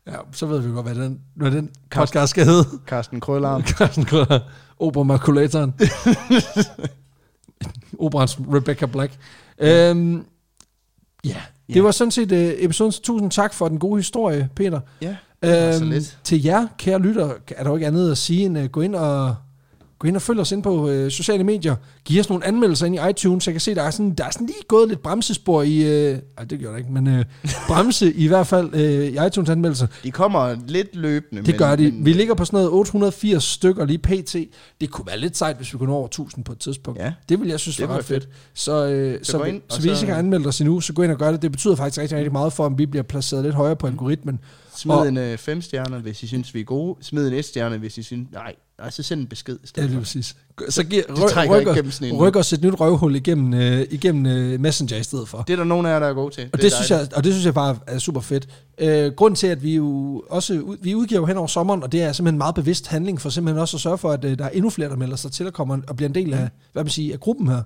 S1: ja, så ved vi godt, hvad den, hvad den podcast skal hedde.
S2: Carsten Krøllarm.
S1: Carsten Krøller, opera makulatoren. Operans Rebecca Black. Ja, øhm, ja. det
S2: Ja.
S1: var sådan set øh, episoden. Så Tusind tak for den gode historie, Peter.
S2: Ja. var så
S1: Øhm,
S2: lidt.
S1: til jer, kære lytter, er der jo ikke andet at sige end uh, gå ind og gå ind og følg os ind på øh, sociale medier. Giv os nogle anmeldelser ind i iTunes. Jeg kan se, der er sådan, der er sådan lige gået lidt bremsespor i... Øh, ej, det gjorde der ikke, men øh, bremse i hvert fald øh, i iTunes-anmeldelser.
S2: De kommer lidt løbende.
S1: Det gør de.
S2: Men,
S1: Vi ligger på sådan noget 880 stykker lige pt. Det kunne være lidt sejt, hvis vi kunne nå over 1000 på et tidspunkt.
S2: Ja.
S1: Det ville jeg synes
S2: Det
S1: var
S2: var
S1: ret fedt. Så, øh, så,
S2: gå
S1: så,
S2: ind,
S1: ind,
S2: og
S1: så, hvis I
S2: så-
S1: ikke har anmeldt os endnu, så gå ind og gør det. Det betyder faktisk rigtig, rigtig meget for, om vi bliver placeret lidt højere på algoritmen.
S2: Smid
S1: Og-
S2: en øh, fem stjerner, hvis I synes, vi er gode. Smid en et stjerne, hvis I synes... Nej, nej, så send en besked i
S1: Det er
S2: stedet.
S1: lige præcis. Så giver,
S2: trækker
S1: ryk,
S2: ikke
S1: ryk,
S2: gennem sådan en-
S1: os, ryk os et nyt røvhul igennem, øh, igennem øh, Messenger i stedet for.
S2: Det er der nogen af jer, der er gode til.
S1: Og det, det, synes jeg, og det synes jeg bare er super fedt. Øh, grund til, at vi jo også ud- vi udgiver jo hen over sommeren, og det er simpelthen en meget bevidst handling, for simpelthen også at sørge for, at øh, der er endnu flere, der melder sig til og kommer og bliver en del
S2: Mm.
S1: af, hvad man siger, af gruppen her.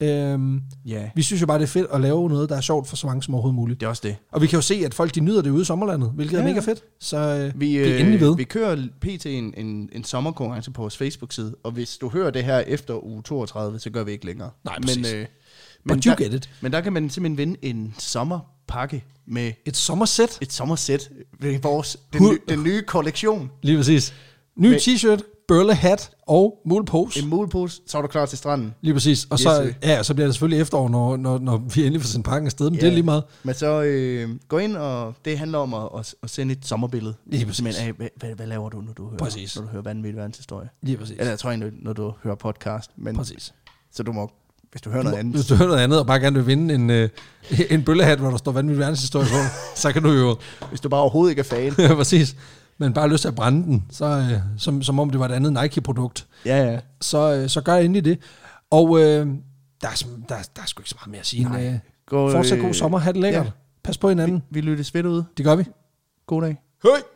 S1: Øh,
S2: Ja,
S1: vi synes jo bare, det er fedt at lave noget, der er sjovt for så mange som overhovedet muligt.
S2: det er også det.
S1: Og vi kan jo se, at folk de nyder det ude i sommerlandet, hvilket ja. er
S2: Ja.
S1: mega fedt. Så øh,
S2: Vi,
S1: Bliv endelig ved.
S2: vi kører pt. En, en, en sommerkonkurrence på vores Facebook-side, og hvis du hører det her efter uge 32, så gør vi ikke længere.
S1: Nej,
S2: men,
S1: præcis.
S2: øh, men,
S1: but you
S2: der,
S1: get it.
S2: men der kan man simpelthen vinde en sommerpakke med
S1: Et sommersæt.
S2: et sommersæt. Det er vores, den,
S1: Hu-
S2: nye, den nye kollektion.
S1: Lige præcis. Ny t-shirt, bølle hat og mulpose.
S2: En mulepose, så er du klar til stranden.
S1: Lige præcis. Og
S2: Yes,
S1: så,
S2: øh.
S1: ja, så bliver det selvfølgelig efterår, når, når, når vi endelig får sendt pakken afsted. Men yeah. det er lige meget.
S2: Men så øh, gå ind, og det handler om at, at, at sende et sommerbillede.
S1: Lige præcis.
S2: Simpelthen af, hvad, hvad, hvad laver du, når du hører,
S1: Præcis.
S2: Når du hører vanvittig verdenshistorie?
S1: Lige præcis.
S2: Eller jeg tror egentlig, når du hører podcast. Men,
S1: Præcis.
S2: Så du må, hvis du hører noget andet,
S1: Hvis du hører noget andet, og bare gerne vil vinde en, øh, en bøllehat, hvor der står vanvittig verdenshistorie på, så kan du jo,
S2: hvis du bare overhovedet ikke er fan,
S1: præcis, men bare har lyst til at brænde den, så, øh, som, som om det var et andet Nike-produkt,
S2: Ja, ja.
S1: så, øh, så gør endelig det. Og øh, der, er, sm- der, der er sgu ikke så meget mere at sige. end, Øh,
S2: Gå,
S1: fortsat
S2: øh,
S1: god sommer, have det lækkert.
S2: ja.
S1: Pas på hinanden,
S2: Vi lyttes ved ud.
S1: det gør vi.
S2: God dag.
S1: Hej!